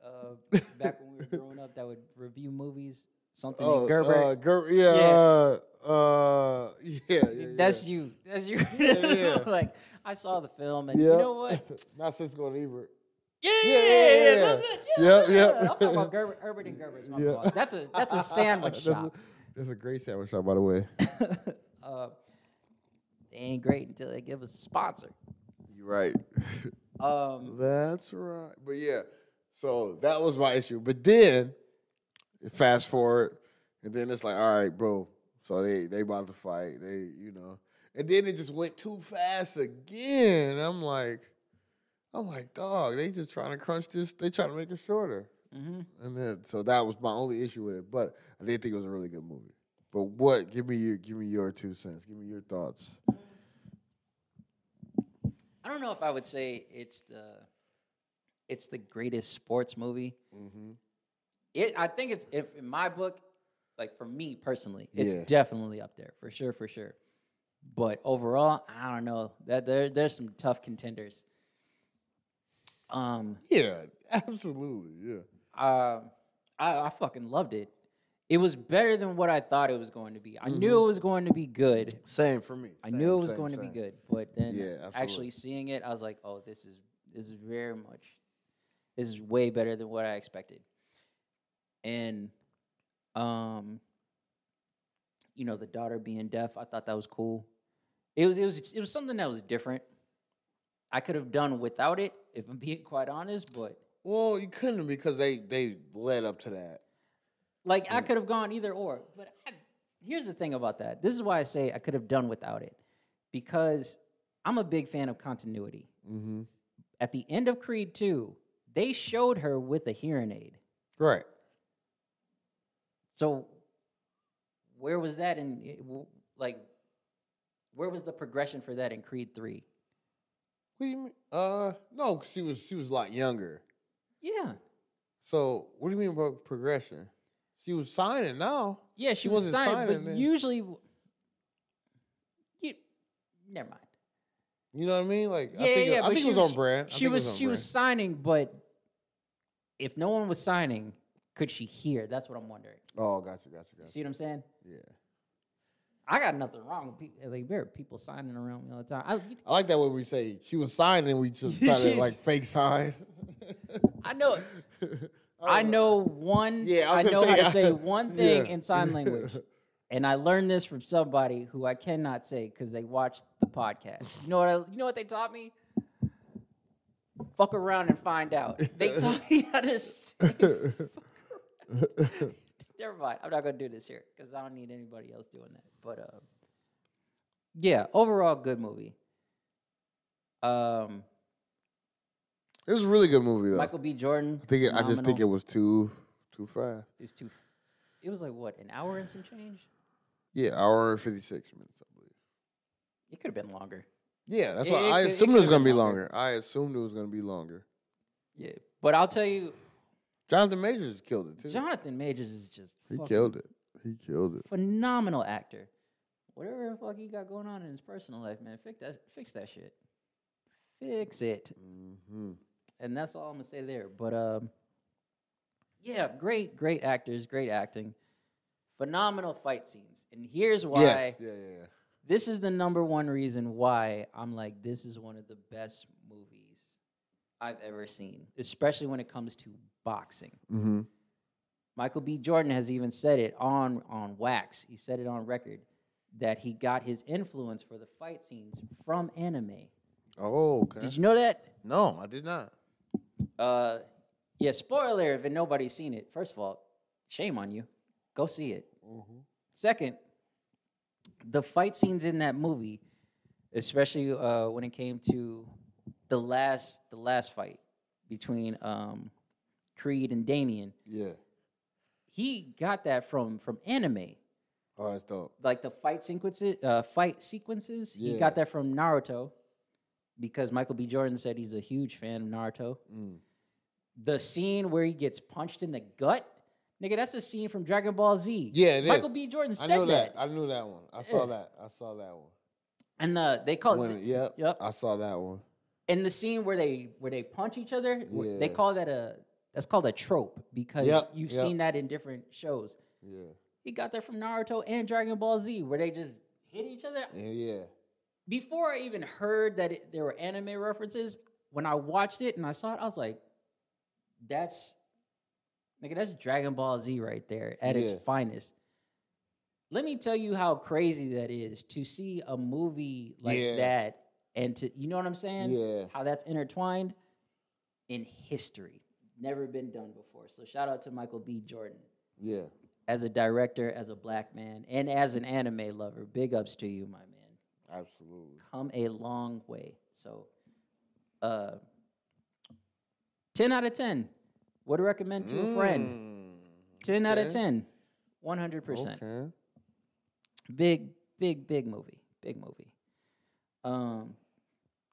Speaker 1: uh, back when we were growing up that would review movies? Something in Gerber.
Speaker 2: uh, Ger- yeah,
Speaker 1: Yeah.
Speaker 2: Uh, uh, yeah, yeah, yeah.
Speaker 1: That's you. That's you.
Speaker 2: yeah.
Speaker 1: like I saw the film, and you
Speaker 2: Yep.
Speaker 1: know what?
Speaker 2: Not Cisco and Ebert.
Speaker 1: Yeah, yeah,
Speaker 2: Yeah, yeah,
Speaker 1: yeah, yeah,
Speaker 2: yeah.
Speaker 1: that's it. Yeah,
Speaker 2: Yep,
Speaker 1: yeah,
Speaker 2: yep.
Speaker 1: yeah. I'm talking about Gerber, Herbert and Gerber's. My
Speaker 2: Yeah.
Speaker 1: fault. That's a that's a sandwich
Speaker 2: That's
Speaker 1: shop.
Speaker 2: A, that's a great sandwich shop, by the way.
Speaker 1: Uh, they ain't great until they give us a sponsor.
Speaker 2: You're right.
Speaker 1: Um,
Speaker 2: That's right. But yeah, so that was my issue. But then, fast forward, and then it's like, all right, bro. So they they about to fight. They you know, and then it just went too fast again. I'm like, I'm like, dog. They just trying to crunch this. They trying to make it shorter.
Speaker 1: mhm.
Speaker 2: And then so that was my only issue with it. But I did think it was a really good movie. But what? Give me your give me your two cents. Give me your thoughts.
Speaker 1: I don't know if I would say it's the it's the greatest sports movie.
Speaker 2: Mm-hmm.
Speaker 1: It I think it's if in my book, like for me personally, it's
Speaker 2: Yeah.
Speaker 1: definitely up there for sure, for sure. But overall, I don't know. That there there's some tough contenders. Um
Speaker 2: Yeah, absolutely. Yeah.
Speaker 1: uh, I, I fucking loved it. It was better than what I thought it was going to be. I knew it was going to be good.
Speaker 2: Same for me.
Speaker 1: I
Speaker 2: Same,
Speaker 1: knew it was
Speaker 2: same,
Speaker 1: going to be
Speaker 2: same.
Speaker 1: good, but then
Speaker 2: Yeah, absolutely.
Speaker 1: actually seeing it, I was like, "Oh, this is this is very much, this is way better than what I expected." And, um, you know, the daughter being deaf, I thought that was cool. It was it was it was something that was different. I could have done without it, if I'm being quite honest, but
Speaker 2: Well, you couldn't because they they led up to that.
Speaker 1: Like I could have gone either or. But I, here's the thing about that. This is why I say I could have done without it because I'm a big fan of continuity.
Speaker 2: Mm-hmm.
Speaker 1: At the end of Creed 2, they showed her with a hearing aid.
Speaker 2: Right.
Speaker 1: So where was that in it w- like where was the progression for that in Creed 3?
Speaker 2: What do you mean? Uh, no, 'cause she was she was a lot younger.
Speaker 1: Yeah.
Speaker 2: So what do you mean about progression? She was signing now.
Speaker 1: Yeah, she, was
Speaker 2: wasn't
Speaker 1: signed,
Speaker 2: signing
Speaker 1: but
Speaker 2: then.
Speaker 1: usually you never mind.
Speaker 2: You know what I mean? Like
Speaker 1: Yeah,
Speaker 2: I think,
Speaker 1: yeah, yeah,
Speaker 2: I
Speaker 1: but
Speaker 2: think it
Speaker 1: she
Speaker 2: was,
Speaker 1: was-
Speaker 2: on brand. I
Speaker 1: She
Speaker 2: think it
Speaker 1: was,
Speaker 2: on
Speaker 1: she was
Speaker 2: brand.
Speaker 1: signing, but if no one was signing, could she hear? That's what I'm wondering.
Speaker 2: Oh, gotcha, gotcha,
Speaker 1: You
Speaker 2: gotcha.
Speaker 1: see what I'm saying?
Speaker 2: Yeah,
Speaker 1: I got nothing wrong. with pe- Like there are people signing around me all the time. I, you-
Speaker 2: I like that when we say she was signing, we just try to
Speaker 1: She's-
Speaker 2: like fake sign.
Speaker 1: I know. I know one.
Speaker 2: Oh. Yeah, I
Speaker 1: I,
Speaker 2: was
Speaker 1: know
Speaker 2: gonna
Speaker 1: how
Speaker 2: say,
Speaker 1: to say
Speaker 2: I-
Speaker 1: one thing
Speaker 2: yeah.
Speaker 1: in sign language, and I learned this from somebody who I cannot say because they watched the podcast. You know what? I, you know what they taught me? Fuck around and find out. They taught me how to say Never mind. I'm not gonna do this here because I don't need anybody else doing that. But uh, yeah, overall good movie. Um,
Speaker 2: It was a really good movie though.
Speaker 1: Michael B. Jordan.
Speaker 2: I think it, I just think it was too too fast.
Speaker 1: it was too. It was like what an hour and some change.
Speaker 2: Yeah, hour and fifty six minutes, I believe.
Speaker 1: It could have been longer.
Speaker 2: Yeah, that's
Speaker 1: It-
Speaker 2: why
Speaker 1: it
Speaker 2: I
Speaker 1: could- it
Speaker 2: assumed it was
Speaker 1: could've
Speaker 2: gonna be
Speaker 1: been
Speaker 2: longer. I assumed it was gonna be longer.
Speaker 1: Yeah, but I'll tell you,
Speaker 2: Jonathan Majors killed it too.
Speaker 1: Jonathan Majors is just
Speaker 2: he
Speaker 1: fucking
Speaker 2: killed it. He killed it.
Speaker 1: phenomenal actor. Whatever the fuck he got going on in his personal life, man, fix that, fix that shit, fix it.
Speaker 2: hmm
Speaker 1: and that's all I'm gonna say there. But um, yeah, great, great actors, great acting, phenomenal fight scenes. And here's why
Speaker 2: Yeah, yeah, yeah, yeah.
Speaker 1: this is the number one reason why I'm like this is one of the best movies I've ever seen, especially when it comes to boxing.
Speaker 2: Mm-hmm.
Speaker 1: Michael B. Jordan has even said it on on wax. He said it on record that he got his influence for the fight scenes from anime.
Speaker 2: Oh, okay.
Speaker 1: Did you know that?
Speaker 2: no, I did not.
Speaker 1: Uh, yeah, spoiler if nobody's seen it. First of all, shame on you. Go see it.
Speaker 2: Mm-hmm.
Speaker 1: Second, the fight scenes in that movie, especially uh, when it came to the last the last fight between um, Creed and Damien,
Speaker 2: Yeah.
Speaker 1: he got that from from anime.
Speaker 2: Oh, that's dope.
Speaker 1: Like the fight sequences, uh, fight sequences, he
Speaker 2: Yeah.
Speaker 1: got that from Naruto because Michael B. Jordan said he's a huge fan of Naruto.
Speaker 2: Mm.
Speaker 1: the scene where he gets punched in the gut, nigga, that's a scene from Dragon Ball Z.
Speaker 2: Yeah, it
Speaker 1: Michael
Speaker 2: is.
Speaker 1: B. Jordan
Speaker 2: I
Speaker 1: said
Speaker 2: knew that.
Speaker 1: that.
Speaker 2: I knew that one. I saw
Speaker 1: Yeah.
Speaker 2: that. I saw that one.
Speaker 1: and uh, they call
Speaker 2: When-
Speaker 1: it,
Speaker 2: yep.
Speaker 1: yep.
Speaker 2: I saw that one.
Speaker 1: and the scene where they where they punch each other, wh- they
Speaker 2: Yeah.
Speaker 1: call that a that's called a trope because
Speaker 2: Yep,
Speaker 1: you've
Speaker 2: yep.
Speaker 1: seen that in different shows.
Speaker 2: Yeah.
Speaker 1: He got that from Naruto and Dragon Ball Z, where they just hit each other.
Speaker 2: Yeah. yeah.
Speaker 1: Before I even heard that it, there were anime references, when I watched it and I saw it, I was like, "That's nigga, that's Dragon Ball Z right there at its
Speaker 2: Yeah.
Speaker 1: finest." Let me tell you how crazy that is to see a movie like
Speaker 2: Yeah.
Speaker 1: that and to you know what I'm saying?
Speaker 2: Yeah.
Speaker 1: How that's intertwined in history. Never been done before. So shout out to Michael B. Jordan
Speaker 2: Yeah.
Speaker 1: as a director, as a black man, and as an anime lover. Big ups to you, my man
Speaker 2: Absolutely.
Speaker 1: come a long way. So, uh, 10 out of 10. Would recommend to
Speaker 2: Mm.
Speaker 1: a friend. 10 out of
Speaker 2: okay.
Speaker 1: 10. 100%.
Speaker 2: Okay.
Speaker 1: Big, big, big movie. Big movie. Um,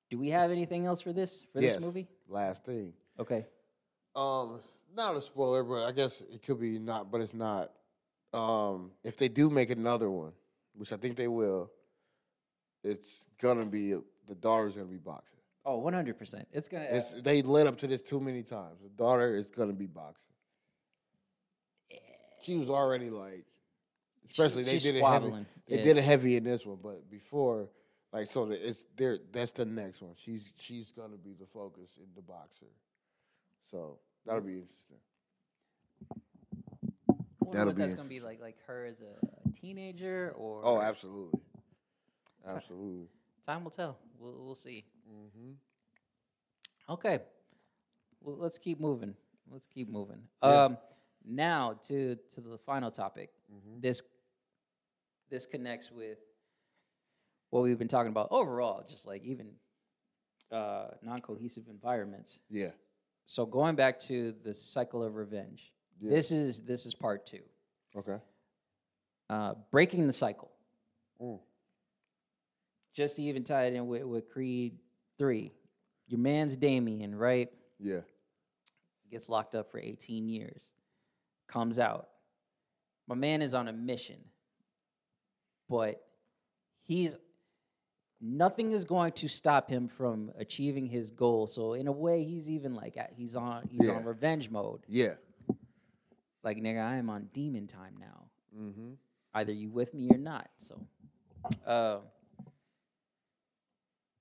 Speaker 1: do we have anything else for this for
Speaker 2: yes.
Speaker 1: this movie?
Speaker 2: Last thing.
Speaker 1: Okay.
Speaker 2: Um, it's not a spoiler, but I guess it could be not, but it's not. Um, if they do make another one, which I think they will, it's gonna be the daughter's gonna be boxing.
Speaker 1: Oh, 100%. It's uh, going to.
Speaker 2: It's, they led up to this too many times. The daughter is gonna be boxing. She was already like, especially they
Speaker 1: she's
Speaker 2: did it heavy.
Speaker 1: squabbling.
Speaker 2: They
Speaker 1: Yeah.
Speaker 2: did it heavy in this one, but before, like, so the, it's there. That's the next one. She's she's gonna be the focus in the boxer. So that'll be interesting.
Speaker 1: I wonder
Speaker 2: That'll
Speaker 1: what
Speaker 2: be
Speaker 1: that's going to be like, like her as a teenager or.
Speaker 2: Oh, absolutely, absolutely.
Speaker 1: Time will tell. We'll, we'll see.
Speaker 2: Mm-hmm.
Speaker 1: Okay. Well, let's keep moving. Let's keep moving.
Speaker 2: Yeah.
Speaker 1: Um, now to to the final topic.
Speaker 2: Mm-hmm.
Speaker 1: This this connects with what we've been talking about overall, just like even uh, non-cohesive environments.
Speaker 2: Yeah,
Speaker 1: So going back to the cycle of revenge.
Speaker 2: Yeah.
Speaker 1: This is this is part two.
Speaker 2: okay.
Speaker 1: Uh, breaking the cycle.
Speaker 2: Mm.
Speaker 1: Just to even tie it in with, with Creed three. Your man's Damien, right?
Speaker 2: Yeah,
Speaker 1: gets locked up for 18 years, comes out. My man is on a mission, but he's nothing is going to stop him from achieving his goal. So in a way, he's even like at- he's on he's on
Speaker 2: Yeah.
Speaker 1: revenge mode.
Speaker 2: yeah.
Speaker 1: Like nigga, I am on demon time now.
Speaker 2: Mm-hmm.
Speaker 1: Either you with me or not. So, uh,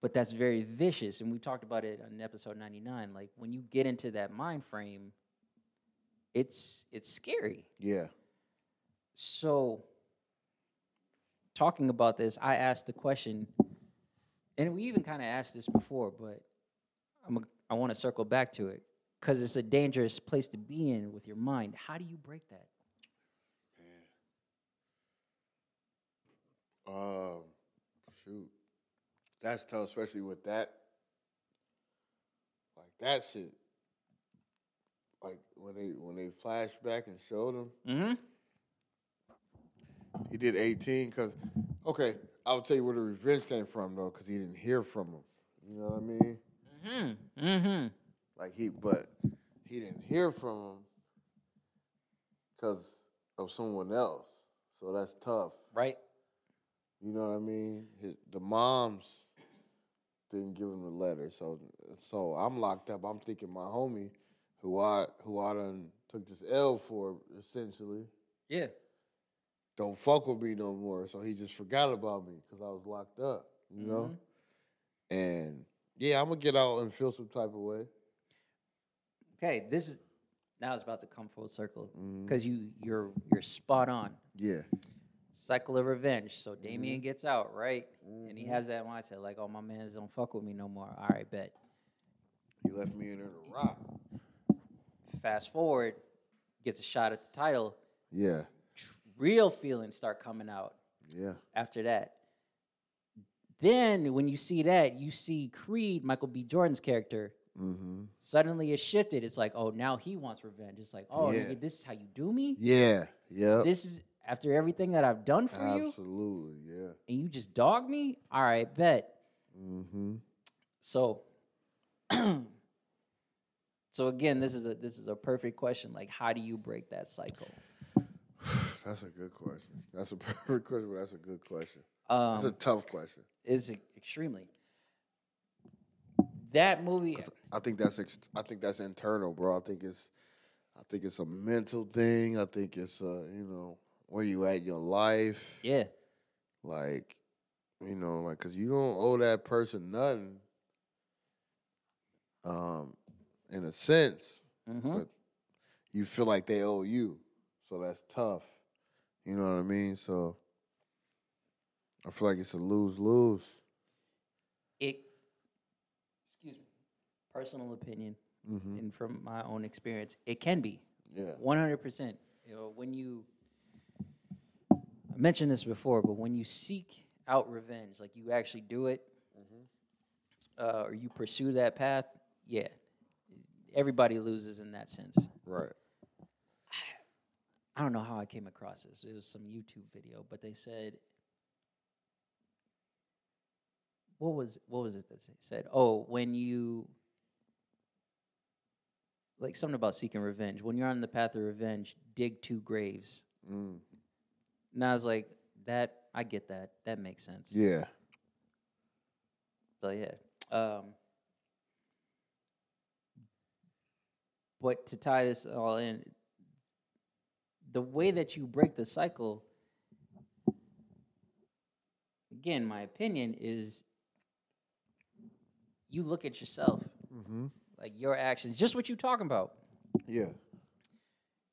Speaker 1: but that's very vicious, and we talked about it on episode 99. Like when you get into that mind frame, it's it's scary.
Speaker 2: Yeah.
Speaker 1: So, talking about this, I asked the question, and we even kind of asked this before, but I'm a, I want to circle back to it because it's a dangerous place to be in with your mind. How do you break that?
Speaker 2: Um, shoot, that's tough, especially with that, like that shit. Like when they when they flashback and showed him,
Speaker 1: Mm-hmm.
Speaker 2: he did eighteen. Cause okay, I'll tell you where the revenge came from though, cause he didn't hear from him. You know what I mean?
Speaker 1: Mm-hmm. Mm-hmm.
Speaker 2: Like he, but he didn't hear from him because of someone else. So that's tough.
Speaker 1: Right.
Speaker 2: You know what I mean? His, the moms didn't give him the letter, so so I'm locked up. I'm thinking my homie, who I who I done took this L for essentially,
Speaker 1: Yeah.
Speaker 2: don't fuck with me no more. So he just forgot about me because I was locked up. You know, and yeah, I'm gonna get out and feel some type of way.
Speaker 1: Okay. This is now it's about to come full circle
Speaker 2: Mhm.
Speaker 1: because you you're you're spot on.
Speaker 2: Yeah,
Speaker 1: Cycle of revenge. So Damien gets out right, and he has that mindset like, "Oh, my man's don't fuck with me no more." All right, bet.
Speaker 2: he left me in there to rock.
Speaker 1: Fast forward, gets a shot at the title.
Speaker 2: Yeah,
Speaker 1: Tr- Real feelings start coming out
Speaker 2: yeah,
Speaker 1: after that. Then when you see that, you see Creed, Michael B. Jordan's character.
Speaker 2: mm-hmm.
Speaker 1: Suddenly it shifted. It's like, oh, now he wants revenge. It's like, oh,
Speaker 2: Yeah.
Speaker 1: nigga, this is how you do me.
Speaker 2: yeah, yeah,
Speaker 1: This is after everything that I've done for you,
Speaker 2: absolutely, yeah,
Speaker 1: and you just dog me. All right, bet.
Speaker 2: mm-hmm.
Speaker 1: So, so again, this is a this is a perfect question. Like, how do you break that cycle?
Speaker 2: That's a good question. That's a perfect question, but that's a good question. That's a
Speaker 1: Um,
Speaker 2: tough question.
Speaker 1: is e- extremely that movie.
Speaker 2: I think that's ex- I think that's internal, bro. I think it's I think it's a mental thing. I think it's uh, you know, where you at in your life.
Speaker 1: Yeah,
Speaker 2: Like, you know, like cuz you don't owe that person nothing. Um in a sense,
Speaker 1: hmm
Speaker 2: But- you feel like they owe you. So that's tough. You know what I mean? So I feel like it's a lose-lose.
Speaker 1: it. Excuse me. Personal opinion,
Speaker 2: Mhm.
Speaker 1: and from my own experience, it can be.
Speaker 2: Yeah.
Speaker 1: One hundred percent. You know, when you I mentioned this before, but when you seek out revenge, like you actually do it, uh, or you pursue that path, yeah, everybody loses in that sense.
Speaker 2: Right.
Speaker 1: I don't know how I came across this. It was some YouTube video, but they said, "What was what was it that they said? Oh, when you like something about seeking revenge. When you're on the path of revenge, dig two graves."
Speaker 2: Mm.
Speaker 1: And I was like, that I get that. That makes sense.
Speaker 2: Yeah.
Speaker 1: So yeah. Um, but to tie this all in, the way that you break the cycle, again, my opinion is you look at yourself,
Speaker 2: Mm-hmm.
Speaker 1: like your actions, just what you're talking about.
Speaker 2: Yeah.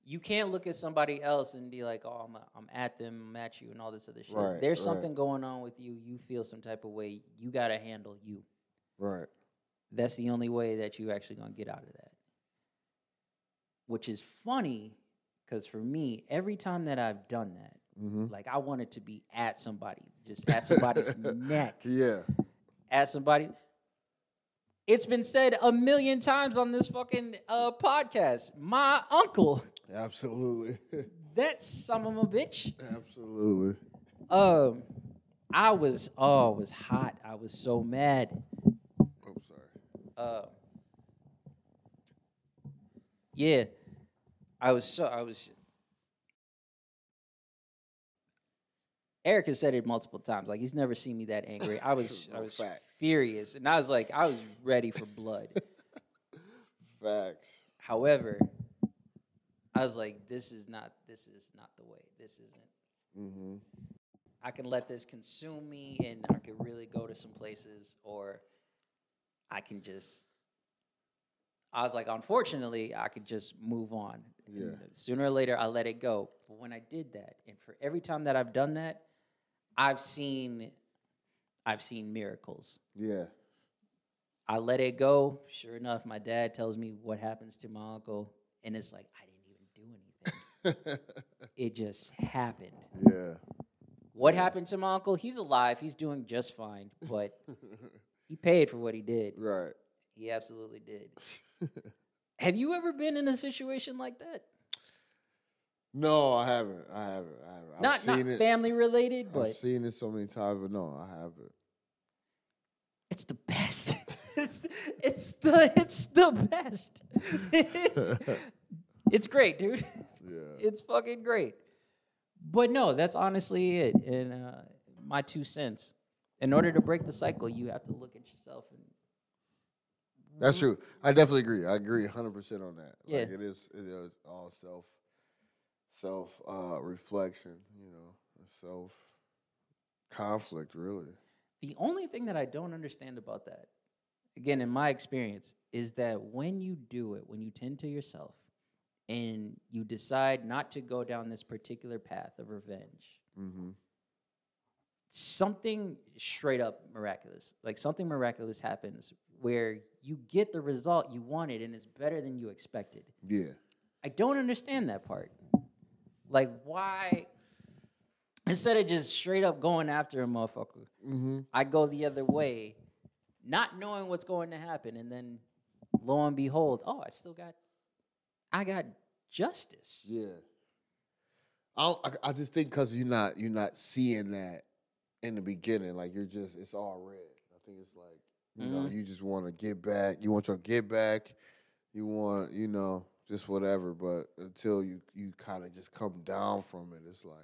Speaker 1: You can't look at somebody else and be like, oh, I'm, I'm at them, I'm at you, and all this other shit.
Speaker 2: Right,
Speaker 1: There's
Speaker 2: right.
Speaker 1: something going on with you. You feel some type of way. You got to handle you.
Speaker 2: Right.
Speaker 1: That's the only way that you actually gonna get out of that. Which is funny, because for me, every time that I've done that,
Speaker 2: Mm-hmm.
Speaker 1: like I wanted to be at somebody, just at somebody's neck,
Speaker 2: Yeah.
Speaker 1: at somebody. It's been said a million times on this fucking uh, podcast. My uncle,
Speaker 2: Absolutely.
Speaker 1: that son of a bitch.
Speaker 2: Absolutely.
Speaker 1: Um, I was, oh, I was hot. I was so mad.
Speaker 2: I'm Oh, sorry.
Speaker 1: uh, yeah, I was so I was. Eric has said it multiple times. Like he's never seen me that angry. I was I
Speaker 2: No
Speaker 1: was
Speaker 2: facts.
Speaker 1: furious, and I was like I was ready for blood.
Speaker 2: Facts.
Speaker 1: However, I was like, this is not this is not the way. This isn't.
Speaker 2: Mm-hmm.
Speaker 1: I can let this consume me and I can really go to some places or I can just I was like unfortunately I could just move on. And
Speaker 2: Yeah.
Speaker 1: sooner or later I let it go. But when I did that and for every time that I've done that I've seen I've seen miracles.
Speaker 2: Yeah.
Speaker 1: I let it go. Sure enough, my dad tells me what happens to my uncle and it's like I didn't even do anything. it just happened.
Speaker 2: yeah.
Speaker 1: What happened to my uncle? He's alive. He's doing just fine, but he paid for what he did.
Speaker 2: Right.
Speaker 1: He absolutely did. Have you ever been in a situation like that?
Speaker 2: No, I haven't. I haven't. I haven't. I've
Speaker 1: not
Speaker 2: seen
Speaker 1: not
Speaker 2: it.
Speaker 1: family related,
Speaker 2: I've
Speaker 1: but
Speaker 2: seen it so many times, but no, I haven't.
Speaker 1: it's the best. it's it's the it's the best. it's, it's great, dude.
Speaker 2: Yeah.
Speaker 1: It's fucking great. But no, that's honestly it. And uh, my two cents. In order to break the cycle, you have to look at yourself and
Speaker 2: That's true. I definitely agree. I agree 100% on that.
Speaker 1: Mm-hmm. Yeah.
Speaker 2: Like it is it is all self self uh reflection, you know, self conflict really.
Speaker 1: The only thing that I don't understand about that, again, in my experience, is that when you do it, when you tend to yourself and you decide not to go down this particular path of revenge,
Speaker 2: Mhm.
Speaker 1: something straight up miraculous, like something miraculous happens where you get the result you wanted and it's better than you expected.
Speaker 2: Yeah.
Speaker 1: I don't understand that part. Like, why, instead of just straight up going after a motherfucker,
Speaker 2: Mhm.
Speaker 1: I go the other way, not knowing what's going to happen, and then lo and behold, oh, I still got, I got justice.
Speaker 2: Yeah. I don't, I, I just think cuz you're not you're not seeing that in the beginning like you're just it's all red. I think it's like you know,
Speaker 1: Mm-hmm.
Speaker 2: you just want to get back. You want your get back. You want, you know, just whatever, but until you you kind of just come down from it, it's like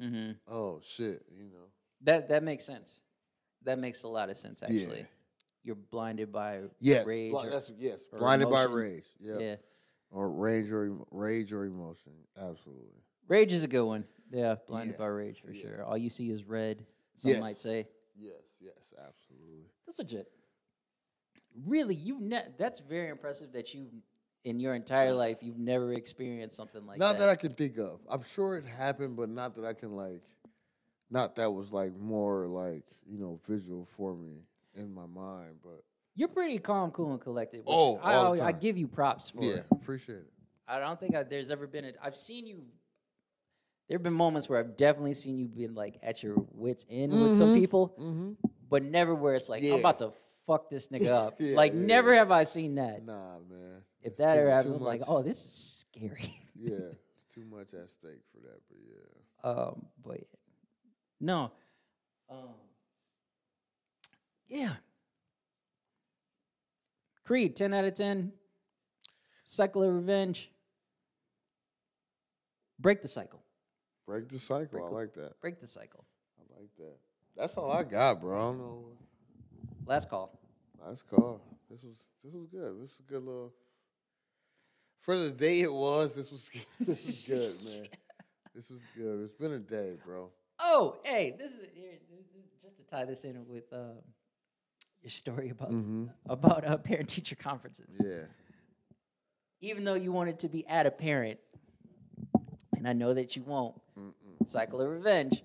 Speaker 1: Mm-hmm.
Speaker 2: oh shit, you know.
Speaker 1: That that makes sense. That makes a lot of sense
Speaker 2: Yeah.
Speaker 1: actually. You're blinded by
Speaker 2: Yes,
Speaker 1: rage.
Speaker 2: bli-
Speaker 1: or-
Speaker 2: that's- yes,
Speaker 1: or
Speaker 2: blinded by
Speaker 1: emotion.
Speaker 2: rage. Yep.
Speaker 1: Yeah,
Speaker 2: or rage or em- rage or emotion. Absolutely.
Speaker 1: rage is a good one. Yeah, blinded
Speaker 2: Yeah.
Speaker 1: by rage for
Speaker 2: Yeah.
Speaker 1: sure. All you see is red. Some
Speaker 2: Yes.
Speaker 1: might say
Speaker 2: Yes, yes, absolutely.
Speaker 1: that's legit. Really, you ne- that's very impressive that you in your entire life you've never experienced something like
Speaker 2: not
Speaker 1: that.
Speaker 2: that. I can think of. I'm sure it happened, but not that I can like. Not that was like more like you know visual for me in my mind, but
Speaker 1: You're pretty calm, cool, and collected. which
Speaker 2: Oh,
Speaker 1: I,
Speaker 2: all the
Speaker 1: always- I
Speaker 2: time.
Speaker 1: give you props for.
Speaker 2: yeah,
Speaker 1: it.
Speaker 2: appreciate it.
Speaker 1: I don't think I, there's ever been a. I've seen you. There have been moments where I've definitely seen you been like at your wits end with some people,
Speaker 2: Mm-hmm.
Speaker 1: but never where it's like I'm
Speaker 2: Yeah.
Speaker 1: about to fuck this nigga up.
Speaker 2: Yeah,
Speaker 1: like
Speaker 2: yeah,
Speaker 1: never
Speaker 2: yeah.
Speaker 1: have I seen that.
Speaker 2: Nah, man.
Speaker 1: If that
Speaker 2: Too-
Speaker 1: ever
Speaker 2: too
Speaker 1: happens, I'm like,
Speaker 2: much.
Speaker 1: oh, this is scary.
Speaker 2: Yeah, it's too much at stake for that, but yeah.
Speaker 1: Um, but no, um, yeah. Creed, ten out of ten. Cycle of revenge. Break the cycle.
Speaker 2: Break the Mm-hmm. cycle.
Speaker 1: Break
Speaker 2: I
Speaker 1: the-
Speaker 2: like that.
Speaker 1: Break the cycle.
Speaker 2: I like that. That's all I got, bro. I don't know.
Speaker 1: Last call.
Speaker 2: Nice call. This was this was good. This was a good little. For the day it was, this was this was good, man. This was good. It's been a day, bro.
Speaker 1: Oh, hey, this is here, this is- just to tie this in with uh, your story about about uh, parent teacher conferences.
Speaker 2: Yeah.
Speaker 1: Even though you wanted to be at a parent, and I know that you won't, cycle of revenge.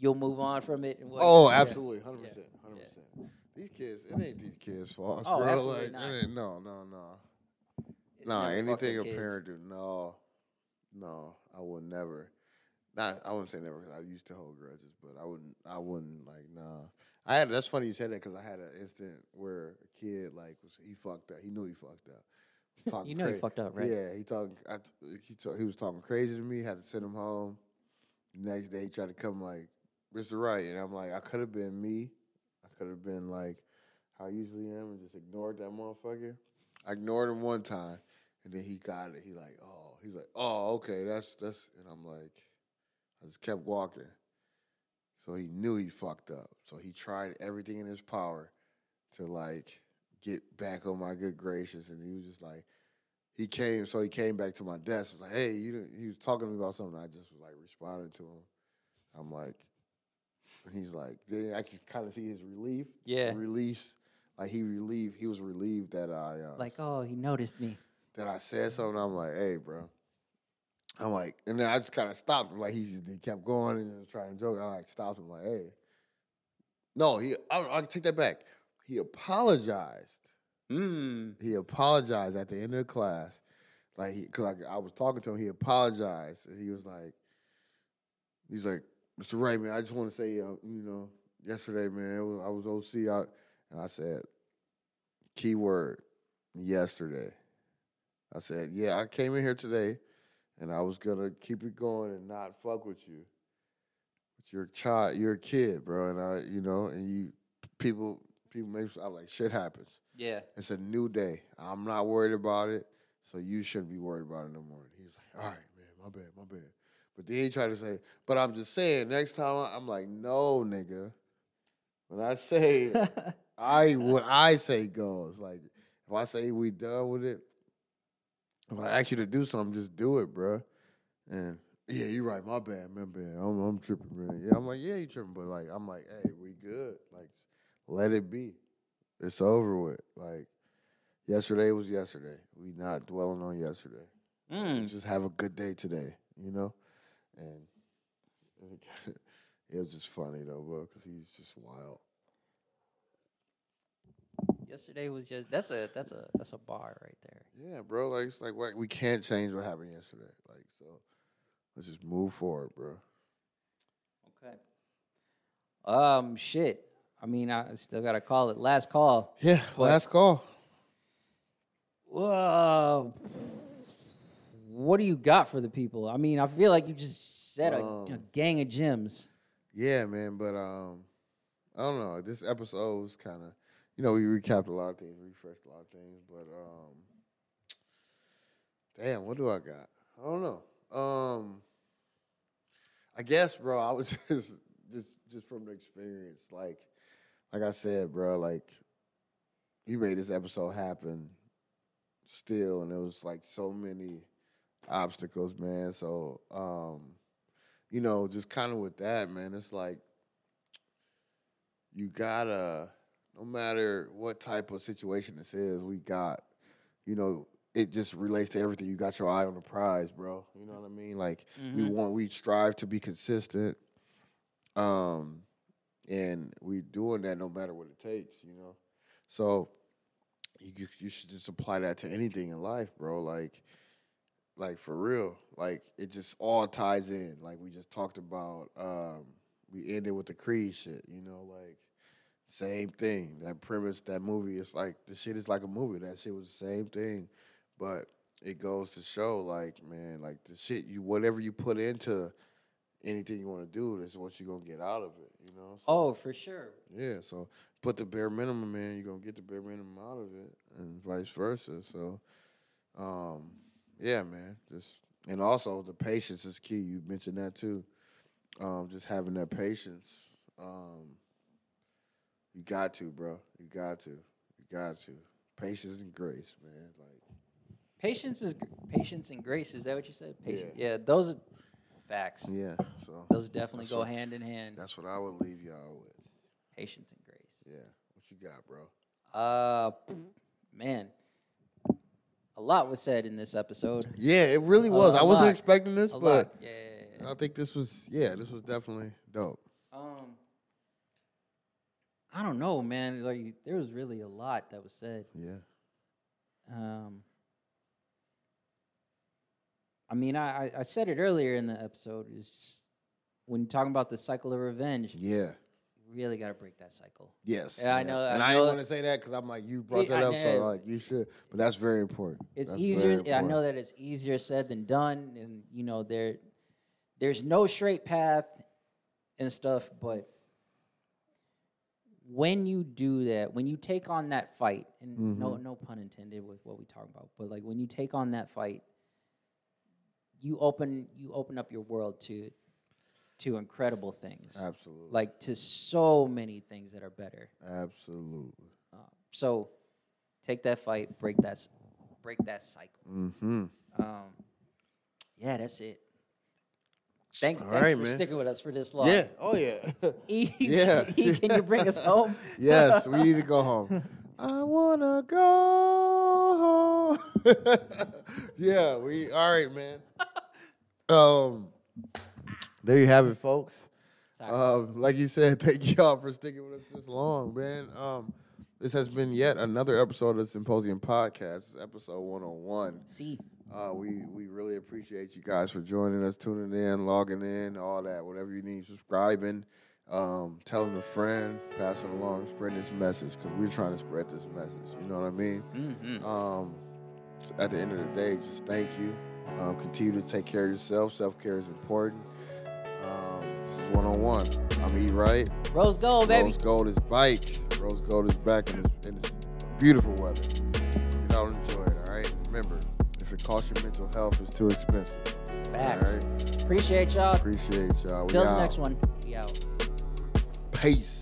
Speaker 1: You'll move on from it. And what
Speaker 2: Oh, absolutely, hundred percent, hundred percent. These kids, it ain't these kids' fault,
Speaker 1: Oh,
Speaker 2: bro.
Speaker 1: absolutely
Speaker 2: like,
Speaker 1: not.
Speaker 2: It ain't, no, no, no, no.
Speaker 1: never fuck
Speaker 2: Anything
Speaker 1: your
Speaker 2: a
Speaker 1: kids.
Speaker 2: parent do, no, no. I would never. Not, I wouldn't say never 'cause I used to hold grudges, but I wouldn't. I wouldn't like, nah. I had. That's funny you said that because I had an instant where a kid like was he fucked up. He knew he fucked up. Talking
Speaker 1: You know he fucked up, right?
Speaker 2: Yeah, he talking. I, t- he t- he was talking crazy to me. Had to send him home. Next day, he tried to come like Mr. Right, and I'm like, I could have been me. I could have been like how I usually am and just ignored that motherfucker. I ignored him one time, and then he got it. He like, oh, he's like, oh, okay, that's that's, and I'm like, I just kept walking. So he knew he fucked up. So he tried everything in his power to like get back on my good gracious, and he was just like, he came. So he came back to my desk. Was like, hey, you. didn't-" He was talking to me about something. I just was like responding to him. I'm like, and he's like, then I could kind of see his relief.
Speaker 1: Yeah.
Speaker 2: Release. Like he relieved. He was relieved that I uh,
Speaker 1: Like, oh, he noticed me.
Speaker 2: that I said something. I'm like, hey, bro. I'm like, and then I just kind of stopped him. Like he, just- he kept going and just trying to joke. I like stopped him. Like, hey, no, he. I, I take that back. He apologized.
Speaker 1: Mm.
Speaker 2: He apologized at the end of the class, like because like I was talking to him. He apologized. And he was like, he's like, Mr. Wright, man, I just want to say, uh, you know, yesterday, man, it was, I was OC out, and I said, keyword, yesterday. I said, yeah, I came in here today, and I was gonna keep it going and not fuck with you. But you're a child, you're a kid, bro, and I, you know, and you, people, people make, I'm like, shit happens.
Speaker 1: Yeah.
Speaker 2: It's a new day. I'm not worried about it, so you shouldn't be worried about it no more. And he's like, all right, man, my bad, my bad. But then he tried to say, but I'm just saying, next time, I- I'm like, no, nigga. When I say, I what I say goes. Like, if I say we done with it, if I ask you to do something, just do it, bruh. And yeah, you're right. My bad, my bad. I'm, I'm tripping, man. Yeah, I'm like, yeah, you tripping, but like, I'm like, hey, we good. Like, let it be it's over with. Like yesterday was yesterday. We not dwelling on yesterday.
Speaker 1: Mm.
Speaker 2: Let's just have a good day today, you know. And it was just funny though, bro, because he's just wild.
Speaker 1: Yesterday was just that's a that's a that's a bar right there.
Speaker 2: Yeah, bro. Like it's like wha- we can't change what happened yesterday. Like so, let's just move forward, bro.
Speaker 1: Okay. Um, shit. I mean, I still gotta call it. Last call.
Speaker 2: Yeah. Last call.
Speaker 1: Whoa. What do you got for the people? I mean, I feel like you just said a, a
Speaker 2: Um,
Speaker 1: gang of gems.
Speaker 2: Yeah, man. But um, I don't know. This episode was kind of, you know, we recapped a lot of things, refreshed a lot of things. But um, damn, what do I got? I don't know. Um, I guess, bro. I was just just just from the experience, like, like I said, bro. Like, you made this episode happen. Still, and it was like so many obstacles, man. So, um, you know, just kind of with that, man, it's like you gotta, no matter what type of situation this is, we got, you know, it just relates to everything. You got your eye on the prize, bro. You know what I mean? Like we
Speaker 1: Mm-hmm.
Speaker 2: want, we strive to be consistent, um, and we doing that no matter what it takes, you know. So you you- you should just apply that to anything in life, bro. Like like for real like it just all ties in like we just talked about um we ended with the creed shit you know like same thing that premise that movie it's like the shit is like a movie that shit was the same thing but it goes to show like man like the shit you whatever you put into anything you want to do is what you're gonna get out of it you know So-
Speaker 1: Oh, for sure.
Speaker 2: yeah, so put the bare minimum in, you're gonna get the bare minimum out of it, and vice versa. So, um, yeah, man, just and also the patience is key. You mentioned that too. Um, just having that patience, um, You got to, bro. You got to. You got to. Patience and grace, man. Like
Speaker 1: Patience is patience and grace. Is that what you said? Patience. Yeah, those are facts.
Speaker 2: yeah. So
Speaker 1: Those definitely
Speaker 2: That's
Speaker 1: go
Speaker 2: what-
Speaker 1: hand in hand.
Speaker 2: that's what I would leave y'all with.
Speaker 1: Patience and grace.
Speaker 2: Yeah. What you got, bro?
Speaker 1: Uh, man, a lot was said in this episode.
Speaker 2: Yeah, it really
Speaker 1: A-
Speaker 2: was.
Speaker 1: a
Speaker 2: I wasn't
Speaker 1: lot.
Speaker 2: expecting this,
Speaker 1: A
Speaker 2: but
Speaker 1: lot. Yeah. yeah, yeah.
Speaker 2: I think this was yeah, this was definitely dope.
Speaker 1: Um, I don't know, man. Like there was really a lot that was said.
Speaker 2: Yeah.
Speaker 1: Um, I mean, I, I- I said it earlier in the episode. Is just when talking about the cycle of revenge, you
Speaker 2: Yeah.
Speaker 1: really got to break that cycle.
Speaker 2: Yes.
Speaker 1: Yeah, I know- I
Speaker 2: And I, didn't
Speaker 1: know-
Speaker 2: want to say that because I'm like, you brought
Speaker 1: Yeah,
Speaker 2: that
Speaker 1: I
Speaker 2: up, so
Speaker 1: know.
Speaker 2: like, you should. But that's very important.
Speaker 1: It's
Speaker 2: That's very
Speaker 1: easier. yeah, I
Speaker 2: important.
Speaker 1: know that it's easier said than done, and you know there, there's no straight path and stuff. But when you do that, when you take on that fight, and
Speaker 2: Mm-hmm.
Speaker 1: no, no pun intended with what we talk about, but like when you take on that fight, you open you open up your world to to incredible things,
Speaker 2: Absolutely.
Speaker 1: like to so many things that are better.
Speaker 2: Absolutely.
Speaker 1: So take that fight, break that, s- break that cycle.
Speaker 2: Mm-hmm.
Speaker 1: Um, yeah, that's it. Thanks,
Speaker 2: All
Speaker 1: thanks
Speaker 2: right,
Speaker 1: for
Speaker 2: man.
Speaker 1: sticking with us for this long.
Speaker 2: Yeah. Oh yeah.
Speaker 1: E,
Speaker 2: Yeah.
Speaker 1: E, can you bring us home?
Speaker 2: yes, we need to go home. I wanna go home. yeah, we all right, man. Um, there you have it, folks.
Speaker 1: Sorry.
Speaker 2: Um, like you said, thank y'all for sticking with us this long, man. Um, this has been yet another episode of the Symposium Podcast, episode one on one.
Speaker 1: See,
Speaker 2: Uh, we we really appreciate you guys for joining us, tuning in, logging in, all that, whatever you need, subscribing, um, telling a friend, passing along, spreading this message because we're trying to spread this message. You know what I mean?
Speaker 1: Mhm.
Speaker 2: Um, so at the end of the day, just thank you. Um, continue to take care of yourself. Self care is important. Um, this is one on one. I'm E right.
Speaker 1: Rose Gold, baby.
Speaker 2: Rose Gold is bike. Rose Gold is back in this, in this beautiful weather. Get out and enjoy it, all right? Remember, if it costs your mental health, it's too expensive.
Speaker 1: Facts.
Speaker 2: All right?
Speaker 1: Appreciate y'all.
Speaker 2: Appreciate y'all. We
Speaker 1: Till the
Speaker 2: out.
Speaker 1: next one. We out.
Speaker 2: Peace.